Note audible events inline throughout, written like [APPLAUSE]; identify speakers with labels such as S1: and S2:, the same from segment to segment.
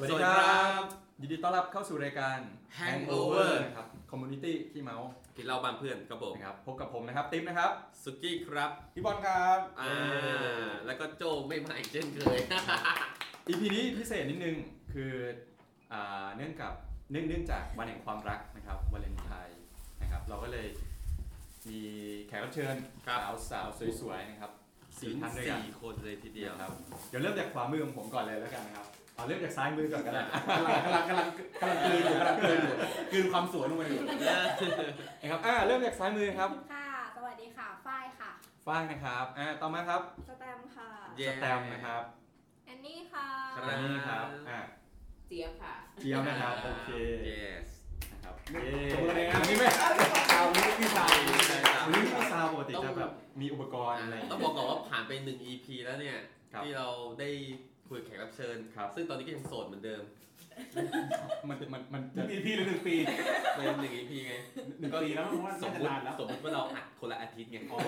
S1: วัสดีครับยินดีต้อนรับเข้าสู่รายการ
S2: Hangover
S1: นะครับคอมมูนิตี้ขี้เมา
S2: กินเหล้าบ้านเพื่อนครับผม
S1: นะครับพบกับผมนะครับติ๊บนะครับ
S2: สุกี้ครับ
S1: พี่บอลครับ
S2: อ่าแล้วก็โจไม่มาอีกเช่นเคย
S1: อีพีนี้พิเศษนิดนึงคืออ่าเนื่องกับเนื่องเนื่องจากวันแห่งความรักนะครับวาเลนไทน์นะครับเราก็เลยมีแขกรับเชิญ
S2: ครับ
S1: สาวสาวสวยๆนะครับ
S2: ถึ
S1: สี่
S2: ง
S1: ท่านด้วยกัน
S2: สี่คนเลยทีเดียว
S1: นะครับเดี๋ยวเริ่มจากขวามือของผมก่อนเลยแล้วกันนะครับเอาเริ่มจากซ้ายมือก่อนก็ได้
S3: กำลังกำลังกำลังกำลังกลืนอยู่กำลังกลืนอยู่กลืนความสวยลงไปอยู่
S1: นะครับอ่าเริ่มจากซ้ายมือครับ
S4: ค่ะ สวัสดีค่ะ ฝ้ายค่ะ
S1: ฟ้างนะครับอ่าต่อมาครับ
S4: สแตมค่ะ
S2: เย้
S1: สแตมป์นะครับ
S4: แอนนี่ค่ะ
S2: ค รั บ
S1: อันนี้ครับอ่ะ
S5: เจี๊ยบค่ะ
S1: เจียวนะครับ โอเค
S2: yes
S1: นะครับ
S3: ตรงเลยนะ
S1: อัน
S3: นี่
S1: นี้
S3: ไม่
S1: ไม่
S3: ข่าวนี้พี่ชาย
S1: อันนี้ไม่ซาวปกติจะแบบมีอุปกรณ์อะไร
S2: ต้องบอกก่อนว่าผ่านไปหนึ่ง EP แล้วเนี่ย
S1: ครับ
S2: ที่เราได้คุยกับแขกรับเชิญ
S1: ครับ
S2: ซึ่งตอนนี้ก็ยังโสดเหมือนเดิม
S1: มันมันมัน
S3: หนึ่
S1: จะ
S3: งปีหรือหนึ่งปี
S2: เป็นหนึ่ง EP ไง
S3: หนึ่งปีแล้วว่า
S2: ส
S3: น่าม จะนา
S2: มติ
S3: นแล้ว
S2: สมมติว่าเราอัดคนละอาทิตย์ไง
S3: อ๋อ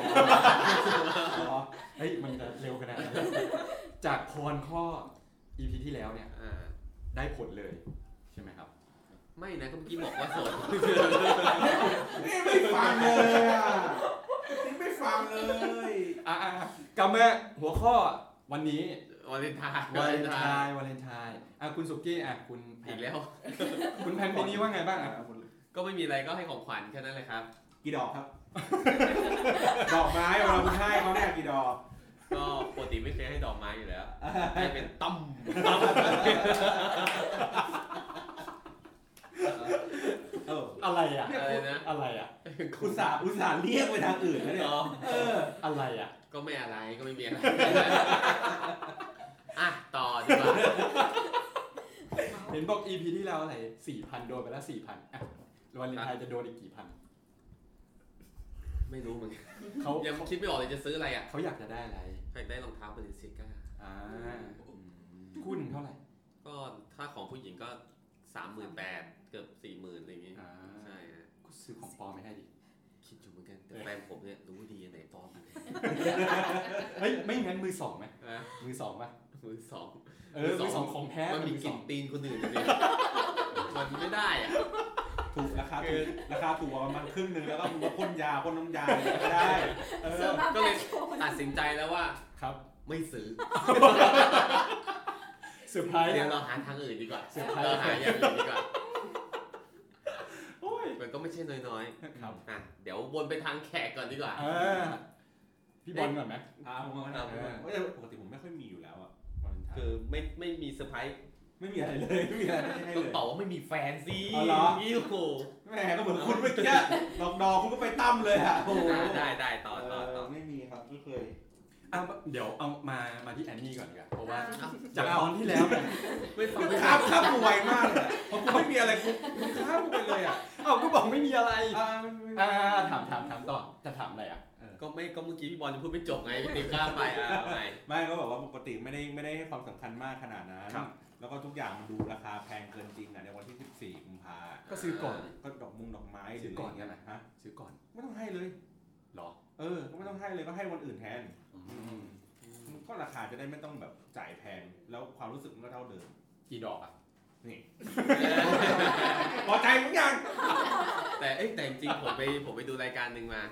S1: อ๋อ เฮ้ย มันจะเร็วขนาด [LAUGHS] นั้นจากพรข้อ EP ที่แล้วเนี่ย
S2: อ่า
S1: ได้ผลเลยใช่ไหมครับ
S2: ไม่นะก็เมื่อกี้บอกว่า
S1: [LAUGHS]
S2: โสด
S3: นี่ไม่ฟังเลยอ่ะนี่ไม่ฟังเลย
S1: อ่ะอ่ะอ่ะกลับมาหัวข้อวันนี้
S2: วาเลนไทน์
S1: วาเลนไทน์วาเลนไทน์อ่ะคุณสุกี้อ่ะคุณแพ
S2: อี
S1: น
S2: กแล้ว
S1: คุณแพนปีนี้ว่าไงบ้างอ่ะ
S2: ก็ไม่มีอะไรก็ให้ของขวัญแค่นั้นเลยครับ
S3: กี่ดอกครับ ดอกไม้เราคุณให้เขาเนี่ยกี่ดอก
S2: ก็ปกติไม่เคยให้ดอกไม้อยู่แล้วให้เป็นตั้มตั้ม
S3: เออ
S1: อะไรอ่ะ
S2: อะไรนะ
S1: อะไรอ่ะ
S3: อุตส่าห์อุตส่าห์เรียกไปทางอื่นแล้วเนี่ย
S2: อ๋อ
S3: เออ
S1: อะไรอ่ะ
S2: ก็ไม่อะไรก็ไม่มีอะไร [LAUGHS] อ่ะต่อดีกว่า
S1: เห็นบอก EP ที่แล้วอะไรสี่พันโดนไปแล้วสี่พันอ่ะวันเลนไทน์จะโดนอีกกี่พัน
S2: ไม่รู้เหมือนกัน
S1: เขา
S2: ยังคิดไม่ออกเลยจะซื้ออะไรอ่ะ
S1: เขาอยากจะได้อะไร
S2: อยากได้รองเท้าบริเซียก้า
S1: อ่าคู่หนึ่งเท่าไหร่
S2: ก็ถ้าของผู้หญิงก็สามหมื่นแปดเกือบสี่หมื่นอะไรอย่างงี้
S1: อ่า
S2: ใช่ฮะ
S1: ซื้อของปลอมไม่ให้ดิ
S2: คิดอยู่เหมือนกันแต่แฟนผมเนี่ยรู้ดีอันไหนปลอมอันไหน
S1: เฮ้ย ไม่งั้นมือสองไหม
S2: นะ
S1: มือสองป่ะ
S2: มือสอง
S1: เออ
S2: มือสอง
S1: มือสองของแท้
S2: มันมี
S1: มือก ส
S2: ลิ่
S1: อน ง
S2: ตีนคนอื่นอยู่ดิมันไม่ได้อ่ะ
S3: ถูกราคาถูกราคาถูกกว่าประมาณครึ่งหนึ่งแล้วก็มึงมาพ่นยาพ่นน้ำยาอะไรก็ได้เออ
S4: ซื้อ [LAUGHS] มา
S2: ก็
S4: แป
S2: เลย
S4: ดคน
S2: ตัดสินใจแล้วว่า
S1: ครับ
S2: ไม่ซื้อ
S1: เซอร์ไพรส์
S2: เดี๋ย
S1: อ่ะ
S2: วเราหาทางอื่นดีกว่า
S1: เซอร์ไพรส์
S2: เราหาอย่างอื่นดีกว่า
S1: โอ้ย
S2: มันก็ไม่ใช่น้อย
S1: ครับ
S2: ๆอ่ะเดี๋ยววนไปทางแขกก่อนดีกว่า
S1: เออ พี่บอลก่อนไหม
S3: อ่าผมเอา
S2: ครั
S3: นะ
S2: บ
S3: เพราะว่าปกติผมไม่ค่อยมีอยู่แล้วอะวาเลนไท
S2: คื
S3: น์
S2: อไม่ไม่มีเซอร์ไพรส์
S3: ไม่มีอะไรเลยไม่มีอะไรให้
S2: ต้อ
S3: เลย
S2: งตอบว่าไม่มีแฟนสิ
S3: อ๋อเหรอ
S2: อิ้วโห
S3: แหม่ก็เหมือนคุณเมื่อกี้ดอกดอกคุณก็ไปตั้มเลยอะโอ้โห
S2: อ่ะได้ได้ต่อต่อต่อ
S3: เไม่มีครับไม่เคย
S1: อ่ะ เดี๋ยวเอามา มาที่แอนนี่ก่อนดีกว่า เพราะว่า
S4: อ่า
S1: จากตอนที่แล้วเนี่ย
S2: ไม่ฟัง
S3: คุณ
S2: ไม่
S3: ค
S2: ฟั
S3: รับครั
S2: ง
S3: บกูไวมากเลยอะเพราะกูไม่มีอะไรกูคุณครับกูไปเลยอะ
S1: เอ้าก็บอกไม่มีอะไร
S3: อ่าไม่ไม่
S1: อ่า ถามถามถามต่อ จะถามอะไรอ่ะ
S2: ก็ไม่ก็เมื่อกี้พี่บอลยังพูดไม่จบไงพี่ติ๊กข้ามไปอ่ะเอาใหม่
S3: ไม่ก็แบบว่าปกติไม่ได้ไม่ได้ให้ความสำคัญมากขนาดนั้น
S1: ครับ
S3: แล้วก็ทุกอย่างมันดูราคาแพงเกินจริงอะในวันที่ 14กุมภา
S1: ก็ซื้อก่อน
S3: ก็ดอกมุงดอกไม้
S1: ซื้อก่อน
S3: หรืะไร
S1: กันนะ
S3: ฮะ
S1: ซื้อก่อน
S3: ไม่ต้องให้เลย
S1: เหรอ
S3: เออก็ไม่ต้องให้เลยก็ให้วันอื่นแทน
S1: อืม
S3: ก็ราคาจะได้ไม่ต้องแบบจ่ายแพงแล้วความรู้สึกมันก็เท่าเดิม
S1: กี่ดอกอ่ะ
S3: พอใจมึงยัง
S2: แต่เอ้ยแต่จริงๆผมไปผมไปดูรายการหนึ่งมา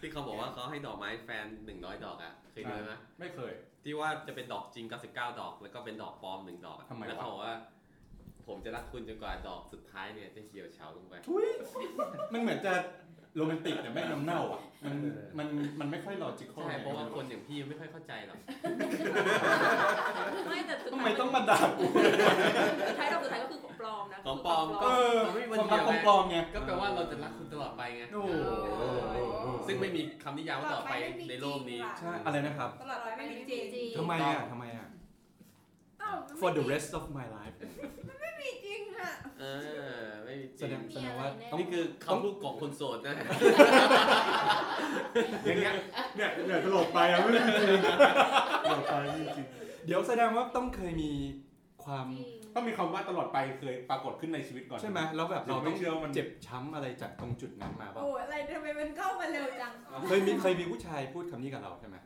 S2: ที่เขาบอกว่าเขาให้ดอกไม้แฟนหนึ่งร้อยดอกอ่ะเคยดูไหม
S1: ไม่เคย
S2: ที่ว่าจะเป็นดอกจริง 99 ดอก แล้วก็เป็นดอกปลอมหนึ่งดอกอะ
S1: ทำไมวะ
S2: แล้วเขาบอกว่า ผมจะรักคุณจนกว่าดอกสุดท้ายเนี่ยจะเหี่ยวเฉาลงไป
S1: ทุยมันเหมือนจะโรแมนติกแต่ไม่น้ำเน่าอ่ะ มันมันมันไม่ค่อยลอจิคอล
S2: ใช่เพราะว่าคนอย่างพี่ไม่ค่อยเข้าใจหรอก
S5: ไม่แต่สุด
S1: ทำ
S5: ท้าย
S1: ไมต้องมาด่ากู
S5: สุดท้ายเราสุดท้ายก็คือของปลอมนะ
S2: ของปลอม
S1: เออความรักปลอมๆไง
S2: ก็แปลว่าเราจะรักคุณตลอดไปไง
S1: โอ้โห
S2: ซึ่งไม่มีคำนิยามว่าตลอดไปในโลกนี้
S1: ใช่อะไรนะครับ
S4: ตลอดร้อยไม่มีจริง
S1: ทำไมอ่ะทำไมอ่ะ
S4: อ้าว
S1: For
S4: มัน
S1: the
S4: ไม่
S1: rest of my life
S4: มีจริงค่ะ
S2: เออ ไม่มีจ
S1: แส
S2: ริ
S1: ด
S2: ง
S1: งแสดงว่าต้อง
S2: นี่คือคำพูดของคนโสดนะ
S3: อย่างเงี้ย
S1: เนี่ยเนี่ยตลกไปอ่ะไม่จริงตลกไปจริงเดี๋ยวแสดงว่าต้องเคยมีความ
S4: จริง
S3: ต้องมีคำว่าตลอดไปเคยปรากฏขึ้นในชีวิตก่อน
S1: ใช่ไหมแล้วแบบ
S3: เรา
S1: เรา
S3: ไม่
S1: ต้อง
S3: เชื่อว่ามัน
S1: เจ็บช้ำอะไรจากตรงจุดนั้นมาเปล่า
S4: โอ้ยอะไรทำไมมันเข้ามาเร็วจัง
S1: เคยมีเคยมีผู้ชายพูดคำนี้กับเราใช่ไหม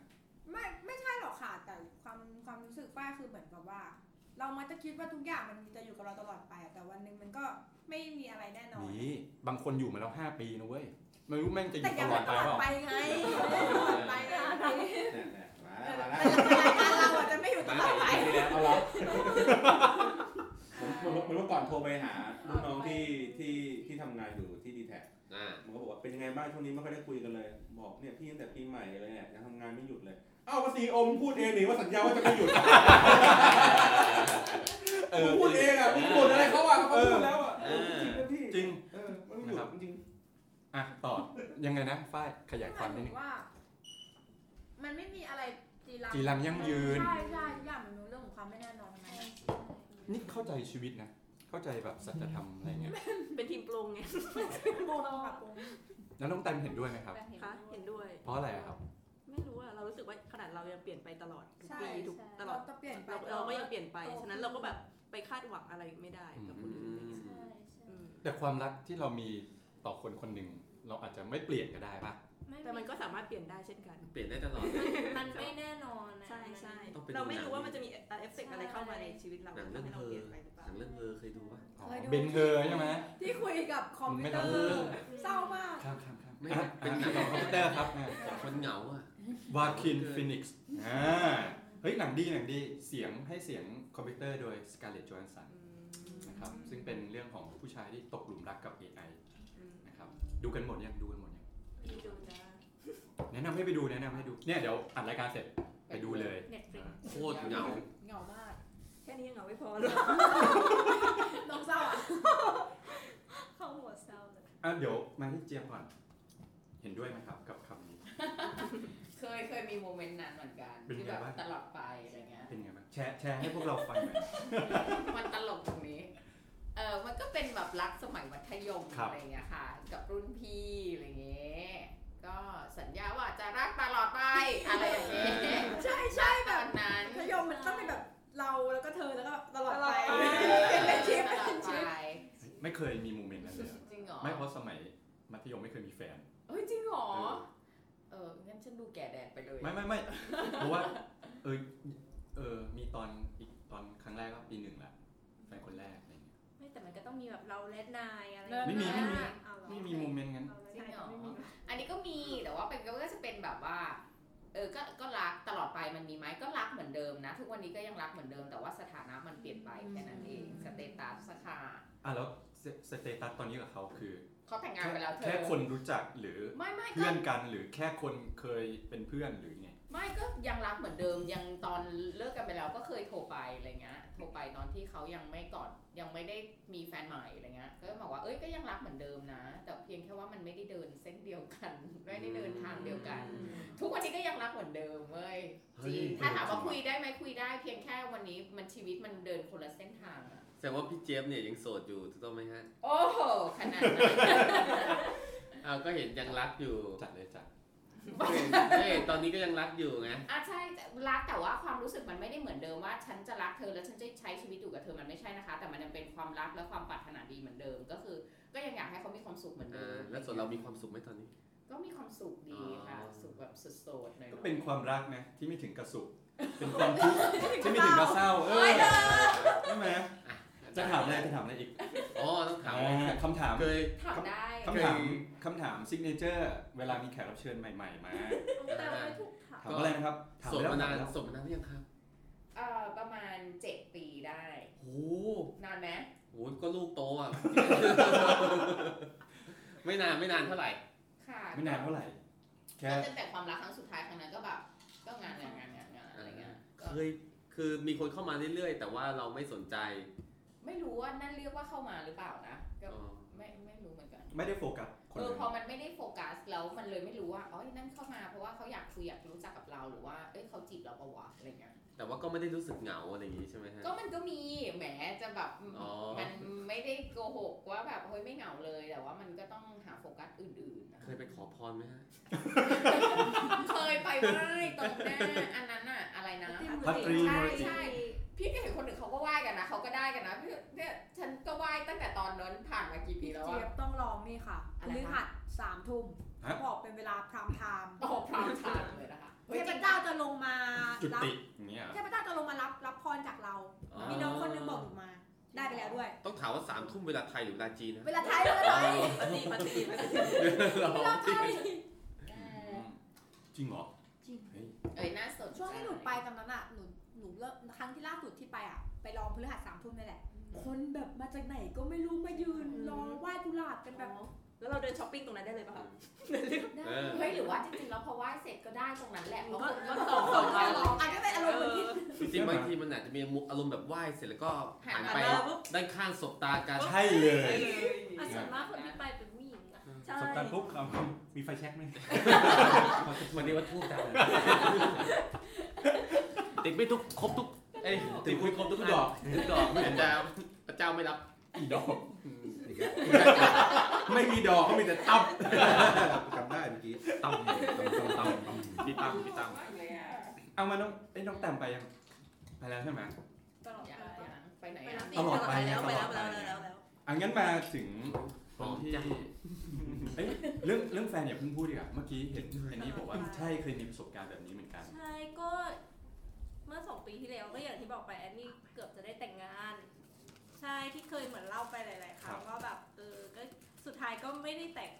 S4: ไม่ไม่ใช่หรอกค่ะแต่ความความรู้สึกฝ้ายคือเหมือนแบบว่า เรามักจะคิดว่าทุกอย่างมันจะอยู่กับเราตลอดไปอะแต่วันหนึ่งมันก็ไม่มีอะไรแน่นอน
S1: นี่บางคนอยู่มาแล้ว 5 ปีนะเว้ยไม่รู้แม่งจะอ
S4: แต่
S1: ยู่
S4: อ
S1: ต
S4: ยัง
S1: ลอด
S4: ต
S1: ไปเปล่า
S4: ลอดไปไงตลอดไปนะ
S3: มา
S4: แต่
S3: แล้ว
S4: แต่
S3: มาแล้ว
S4: รายการเราอะจะไม่อยู่ตลอดไป
S3: เอาละผมผมผมเมื่อก่อนโทรไปหาลูกน้องที่ที่ที่ทำงานอยู่ที่ดีแท็
S2: อ่า
S3: มันก็บอกว่าเป็นยังไงบ้างช่วงนี้ไม่ค่อยได้คุยกันเลย บอกเนี่ยพี่ตั้งแต่ปีใหม่เลยเนี่ยยังทำงานไม่หยุดเลยอ้าวภาษีอมพูดเองนี่ว่าสัญญาว่าจะไม่หยุด
S1: เอ
S3: มึ
S1: อง
S3: พูดเองอ่ะมึงบ่นอะไรเขาอ่ะเขาพูดแล้วอ่ะ
S2: เออ
S3: จริงนะพี่
S1: จริง
S3: เออมันไม่หยุด
S1: นะครับ
S3: จริง
S1: อ่ะต่อยังไงนะฝ้ายขยายความนิดนึง
S4: ว่า มันไม่มีอะไรจีรัง
S1: จีรังยั่งยืน
S4: ใช่ใช่ทุกอย่างมันเป็นเรื่องของความไม่แน่นอนทั้งนั้น
S1: นี่เข้าใจชีวิตนะ เข้าใจแบบสัจธรรมอะไรเงี้ย
S5: เป็นทีมปรุงไง
S4: ปงค่ะปง
S1: แล้วน้องแตมเห็นด้วยไหมครับ
S5: คะเห็นด้วย
S1: เพราะอะไรครับ
S5: ไม่รู้อะเรารู้สึกว่าขนาดเรายังเปลี่ยนไปตลอดทุก
S4: ใช่
S5: ปีทุก
S4: ใช่
S5: ตลอด
S4: เราจะเปลี่ยนไป
S5: เราเราก็ยังเปลี่ยนไป
S4: โตขึ้น
S5: ฉะนั้นเราก็แบบไปคาดหวังอะไรไม่ได้กับคนอื่นอะไรอย่างเงี้ย
S4: ใช่ใช่
S5: อืม
S1: แต่ความรักที่เรามีต่อคนคนหนึ่งเราอาจจะไม่เปลี่ยนก็ได้ปะ
S5: แต่มันก็สามารถเปลี่ยนได้เช่นกัน
S2: เปลี่ยนได้ตลอด
S6: มันไม่แน่นอนนะ
S5: ใช่ใช่
S2: ต้องไปดู
S5: เราไม่รู้ว่า
S2: หนัง
S5: มันจะมีเอฟเฟกต์อะไรเข้ามาในชีวิตเรา
S2: หนัง
S5: ทำ
S2: เรื่อง
S5: ให้เรา
S2: เธอ
S5: เปลี่ยนไปหรือเป
S2: ห
S5: ล่า
S2: นังเรื่องเธอเคยดูปะ
S1: อ๋อเบนเธอใช่ไหม
S4: ที่คุยกับคอมพิวเต
S1: ไม่ต้
S4: อ
S1: อ
S4: ร์
S1: ง
S4: เศร้ามาก
S1: ครับครับครับ
S2: ไม่
S1: อ่ะ
S2: เป็นหนัง
S1: คอมพิวเตอร์ครับอ่ะ
S2: คนเหงาอ่ะ
S1: วาคินฟินิกส์อ่าเฮ้ยหนังดีหนังดีเสียงให้เสียงคอมพิวเตอร์โดยสกาเลตจอห์นสัน
S5: อืม
S1: นะครับซึ่งเป็นเรื่องของผู้ชายที่ตกหลุมรักกับ AI
S5: อืม
S1: นะครับดูกันหมดยังดูกันหมดยัง
S5: ไปดูจ้า
S1: แนะนำให้ไปดูแนะนำให้ดูเนี่ยเดี๋ยวอัดรายการเสร็จไปดูเลย
S6: เน็ตฟลิก
S2: โคตรเหงา
S4: เหงามาก
S5: แค่นี้ยังเหงาไม่พอเลย
S4: น้องเศร้าอ่ะ
S6: เข้าหัวเศร้าเลย
S1: อ่ะเดี๋ยวมาที่เจียมก่อน เห็นด้วยไหมครับกับคำนี้
S7: เคยเคยมีโมเมนต์นั้นเหมือนกัน
S1: เป็นไง
S7: ที่แบบ
S1: บ้าง
S7: ตลอดไปอะไรเงี้ย
S1: เป็นไงบ้างแชร์แชร์ให้พวกเราฟังหน่อย
S7: มันตลกตรงนี้ เออมันก็เป็นแบบรักสมัยมัธยม
S1: ครับ
S7: อะไรเงี้ยค่ะ กับรุ่นพี่อะไรเงี้ยก็สัญญาว่าจะรักตลอดไปอะไรอย่างเงี้ย
S4: ใช่ใช่แบ
S7: แบบ บนั้น
S4: พยมมันต้องเป็นแบบเราแล้วก็เธอแล้วก็ตลอดไป
S7: เออ
S4: เป็นชิป
S7: ตลอ
S4: เป็
S7: ด
S4: น
S7: ไป
S4: ชิป
S1: ไม่เคยมีโมเมนต์นั้นเลยอะ
S7: จริงเหรอ
S1: ไม่เพราะสมัยมัธยมไม่เคยมีแฟน
S7: เฮ้ยจริงเหรอ
S1: เออ
S7: เอองั้นฉันดูแก่แดดไปเลย
S1: ไม่ไม่ไม่เพราะว่าเออเออมีตอนอีกตอนครั้งแรกก็ปีหนึ่งแหละแฟนคนแรกอะไรเงี้ย
S6: ไม่แต่มันก็ต้องมีแบบเราและนายอะไร
S1: ไม่มีไม่มี
S6: เอาเหรอ
S1: ไม่มีโมเมนต์งั้น
S6: เราและนายก็ไม่มี
S7: อันนี้ก็มีแต่ว่าเป็นก็จะเป็นแบบว่า เออก็ก็รักตลอดไปมันมีไหมก็รักเหมือนเดิมนะ ทุกวันนี้ก็ยังรักเหมือนเดิม แต่ว่าสถานะมันเปลี่ยนไปแค่นั้นเองสเตตัสค่ะ
S1: อ่ะแล้วสสเตตัสตอนนี้กับเขาคือ
S7: เขาแต่งงาน
S1: แค่
S7: ไปแล้วเธอ
S1: แค่คนรู้จักหรือ
S7: ไม่ไม่ก็
S1: เพื่อนกันหรือแค่คนเคยเป็นเพื่อนหรือไง
S7: ไม่ก็ยังรักเหมือนเดิม ยังตอนเลิกกันไปแล้วก็เคยโทรไปอะไรเงี้ยโทรไปตอนที่เขายังไม่ก่อนยังไม่ได้มีแฟนใหม่อะไรเงี้ยก็บอกว่าเอ้ยก็ยังรักเหมือนเดิมนะ แต่เพียงแค่ว่ามันไม่ได้เดินเส้นเดียวกัน [LAUGHS] ไม่ได้เดินทางเดียวกัน ทุกวันนี้ก็ยังรักเหมือนเดิมเว้ย
S2: เฮ้ย
S7: จริงถ้าถามว่าคุยได้ไหมคุยได้ เพียงแค่วันนี้มันชีวิตมันเดินคนละเส้นทางอะ
S2: แสดงว่าพี่เจฟเนี่ยยังโสดอยู่ถูกต้องไหมฮะ
S7: โอ้โหขนาดนั้น
S2: อ้าวก็เห็นยังรักอยู่
S1: จัดเลยจัด
S2: ก็เห็นเอ้ยตอนนี้ก็ยังรักอยู่ไง
S7: อ่ะใช่รักแต่ว่าความรู้สึกมันไม่ได้เหมือนเดิมว่า ฉันจะรักเธอแล้วฉันจะใช้ชีวิตอยู่กับเธอมันไม่ใช่นะคะ แต่มันยังเป็นความรักและความปรารถนาดีเหมือนเดิม ก็คือ ก็ยังอยากให้เขามีความสุขเหมือนเดิ
S2: อ่าม แล้วส่วนเรามีความสุขไหมตอนนี้
S7: ก็มีความสุขดีค่ะ
S2: อ๋อ
S7: สุขแบบสุดๆหน่อยๆ
S1: ก็เป็นความรักนะที่ไม่ถึงกระสุกเป็นความทุกข์ที่ไม่ถึงกระเศร้าเออใช่ไหม จะถามอะไรจะถามอะไรอีก
S2: อ๋อต้องถาม
S1: อ่าคำถาม
S2: เคย
S7: ถามได้
S1: คำถาม
S2: คือ
S1: คำถามซิกเนเจอร์เวลามีแขกรับเชิญใหม่ๆมา
S6: แต่ไม่ถูกถาม
S1: ถามอะไรนะครับถาม
S2: โสด
S1: แล้วถาน
S2: มาาม น
S1: แล้ว
S2: โสดมานานหรือยังครับ
S7: เอ่อประมาณ 7 ปีได้
S2: โอ้
S7: นานไหม
S2: โหก็ลูกโตอ่ะ [LAUGHS] ไม่นานไม่นานเท่าไหร่
S7: ค่ะ
S1: ไม่นานเท่าไหร่ แค่
S7: ก็ตั้งแต่ความรักครั้งสุดท้ายครั้งนั้นก็แบบก็งานงานงานงานงานอะไรเงี้ย
S2: เค
S7: ก็
S2: ยคือมีคนเข้ามาเรื่อยๆ แต่ว่าเราไม่สนใจ
S7: ไม่รู้ว่านั่นเรียกว่าเข้ามาหรือเปล่านะก็
S2: อ๋อ
S7: ไม่ไม่รู้เหมือนกัน
S1: ไม่ได้โฟกัสคน
S7: เออ
S1: อื่น
S7: พอมันไม่ได้โฟกัสแล้วมันเลยไม่รู้ว่าอ๋อนั่นเข้ามาเพราะว่าเขาอยากคุยอยากรู้จักกับเราหรือว่าเอ้ยเขาจีบเราประวะอะไรเงี้ย
S2: แต่ว่าก็ไม่ได้รู้สึกเหงาอะไรอย่างนี้ใช่ไหมฮะ
S7: ก็มันก็มีแหมจะแบบ
S2: อ๋อ
S7: มันไม่ได้โกหกว่าแบบเฮ้ยไม่เหงาเลยแต่ว่ามันก็ต้องหาโฟกัสอื่นๆนะ
S2: เคยไปขอพรไหมฮะ
S7: เคยไปไหว้ตรงหน้าอันนั้นอะอะไรนะ
S1: พัตรี
S7: ใช่
S1: โมรจิ
S7: ใช่ พี่ก็เห็นคนอื่นเขาก็ไหว้กันนะเขาก็ได้กันนะพี่เนี่ยฉันก็ไหว้ตั้งแต่ตอนนั้นผ่านมากี่ปี
S4: พี่
S7: แล้ว
S4: เจี๊ย
S7: อะ
S4: บต้องลองนี่ค่ะ
S7: อะไรคะ
S4: ลือหัดสามทุ่มบอกเป็นเวลาพรามไทม์
S7: โอ้พร้อมทางเลยนะคะ
S4: เทพเจ้าจะลงมา
S1: จุ
S4: รับ
S1: ติอย่างเงี้ยเหรอ
S4: เทพเจ้าจะลงมารับรับพรจากเรา
S2: อ๋ อ๋อ
S4: มีน้องคนนึงบอกหนูมา ได้ไปแล้วด้วย
S2: ต้องถามว่าสามทุ่มเวลาไทยหรือเวลาจีนนะ
S4: เวลาไทยเวลาไทย
S5: ปฏิปฏิปฏิ
S4: เวลาไทย
S1: จริงเหรอ
S4: จริง
S7: เอ้ยน่าสนใจ
S4: ช่วงที่หนูไปตอนนั้นอ่ะหนูหนูเริ่มครั้งที่ล่าสุดที่ไปอ่ะไปลองพฤหัสสามทุ่มนี่แหละ คนแบบมาจากไหนก็ไม่รู้มายืนรอไหว้กุหลาบกันแบบ
S5: แล้วเราเดินช้อปปิ้งตรงนั้นได้เลยป่ะคะ
S2: เออ
S7: เฮ้ยหรือว่าจริงๆแล้วพอไหว้เสร็จก็ได้ตรงนั้นแหละเพราะ
S5: ก็
S7: คน
S5: ก็ส
S7: ก็
S5: องสองวัน
S4: รออันก็เป็นอารมณ์เหมือนที่
S2: จริงๆบางทีมันอาจจะมีมุกอารมณ์แบบไหว้เสร็จแล้วก็
S7: หั
S2: หั
S7: น
S2: น
S7: ไป
S2: ไปด้านข้างสบตากัน
S1: ใช่เลย
S6: อ่ะส่วนมากคนที่ไปเป็นผู้หญิงนะ
S5: ใช่
S3: สบตาปุ๊บเอามีไฟแช็กไหม
S2: วันนี้วัดทูบจังติดไม่ทุกครบทุกเอ้ยติดคุยครบทุกดอกทุกดอกเหมือนจะพระเจ้าไม่รับ
S3: อีดอก
S2: ไม่มีดอกก็มีแต่ตับ
S3: [LAUGHS] จำได้เมื่อกี้
S2: ตับ
S3: ตำตำ
S2: พี่ตับพี่ตับ
S1: เอามาน้องไอ้ยน้องแตมไปยัง ไปแล้วใช่ไหม
S6: ตลอด
S7: อย่าง
S6: ไป
S7: อ
S6: ปะ
S7: ย่าง
S5: ไปรับ
S7: ไปไหนอะ
S1: ตลอดไป
S5: แล้
S1: นะ
S5: ว
S1: ต
S5: ไป
S1: ล
S5: แล้ว
S1: อด
S5: ไป
S1: ไป
S5: แล้วไปแล้วไปแล้ว
S1: อังั้นมาถึง
S2: หอม
S1: ที่
S2: จัง
S1: เอ้ยเรื่องเรื่องแฟนอย่าเพิ่งพูดดีกว่าเมื่อกี้เห็นอันนี้บอกว่า
S5: เออ
S1: ใช่เคยมีประสบการณ์แบบนี้เหมือนกัน
S6: ใช่ก็เมื่อสองปีที่แล้วก็อย่างที่บอกไปแอนนี่เกือบจะได้แต่งงาน ใช่ที่เคยเหมือนเล่าไปหลาย ๆ ครั้งว่าแบบเออก็สุดท้ายก็ไม่ได้แต่ง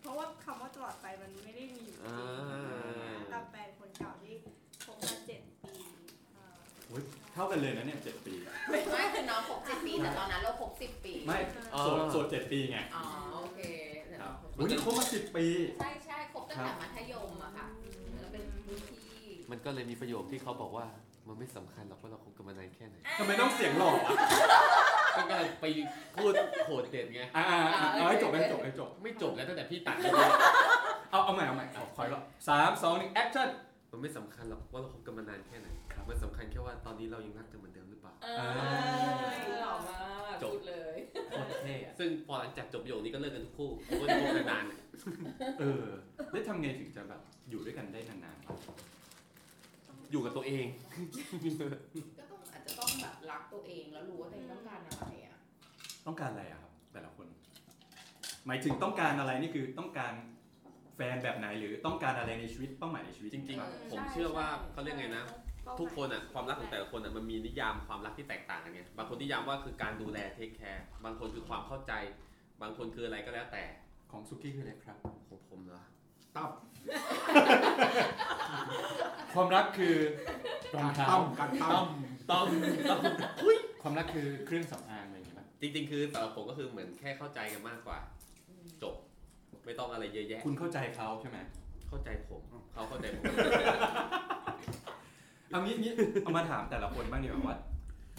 S6: เพราะว่าคำว่าตลอดไปมันไม่ได้มีอยู่จริง
S2: อ่า
S6: ตามแฟนคนเก่าที่คบมาเจ็ดปีอ่า
S1: เท่ากันเลยนะเนี่ยเจ็ดปี
S7: ไม่คือน้องครบสิบปีแต่ตอนนั้นเราครบสิบปี
S1: ไม่
S2: อ๋อ
S1: โสดโสดเจ็ดปีไง
S7: อ๋อโอเคแต่
S1: ค
S7: เรา
S1: รับ
S7: ครบ
S1: อุ้ยนี่คบมาสิบปี
S7: ใช่ใช่ครบตั้งแต่มัธยมอะค่ะ
S6: อืม
S7: แล้วเป็นรุ่นพี่
S2: มันก็เลยมีประโยคที่เขาบอกว่ามันไม่สำคัญหรอกว่าเราคบกันมานานแค่ไหน
S1: ทำไมต้องเสียงหล่อวะ
S2: ก็กำลังไปพูดโหดเด็ดไง
S1: อ่าอ่าอ่าเอาให้จบให้จบให้จบ
S2: ไม่จบแล้วตั้งแต่พี่ตัด
S1: เอาเอาใหม่เอาใหม่เอาคอยรอบสามสองหนึ่งแอคชั่น
S2: มันไม่สำคัญหรอกว่าเราคบกันมานานแค่ไหน
S1: ครับ
S2: มันสำคัญแค่ว่าตอนนี้เรายังรักกันเหมือนเดิมหรือเปล่า
S7: เอ
S1: อ
S7: อหล่อมาก
S2: จบ
S7: พูดเลย
S1: โคตรเท่อะ
S2: ซึ่งพอหลังจากจบประโยคนี้ก็เลิกกันทุกคู่เพราะว่าคบกันนาน
S1: เออ แล้วทำไงถึงจะแบบอยู่ด้วยกันได้นาน
S2: อยู่กับตัวเอง
S7: ก็ต้องอาจจะต้องแบบรักตัวเองแล้วรู้ว่าตัวเองต้องการอะไรอะ
S1: ๆ ต้องการอะไรอะครับ แต่ละคน หมายถึงต้องการอะไรนี่คือต้องการแฟนแบบไหนหรือต้องการอะไรในชีวิตเป้าหมายในชีวิต
S2: จริง
S1: ครับ
S2: ๆ ผมเชื่อว่าเขาเรียกไงนะ ทุกคนอ่ะความรักของแต่ละคนอ่ะมันมีนิยามความรักที่แตกต่างกันไงบางคนนิยามว่าคือการดูแลเทคแคร์บางคนคือความเข้าใจ บางคนคืออะไรก็แล้วแต่
S1: ของซุกี้คืออะไรครับ
S2: ของผมเหรอ
S1: ความรักคือรองเท้า
S2: การต้มต้มต้ม
S1: ความรักคือเครื่องสำอางอะไรอย่างเงี้ยป่ะ
S2: จริง ๆ คือสำหรับผมก็คือเหมือนแค่เข้าใจกันมากกว่า
S7: อืม
S2: จบ ไม่ต้องอะไรเยอะแยะ
S1: คุณเข้าใจเขาใช่ไหม
S2: เข้าใจผมเขาเข้าใจผม
S1: เอางี้งี้เอามาถามแต่ละคนบ้างดีกว่าว่า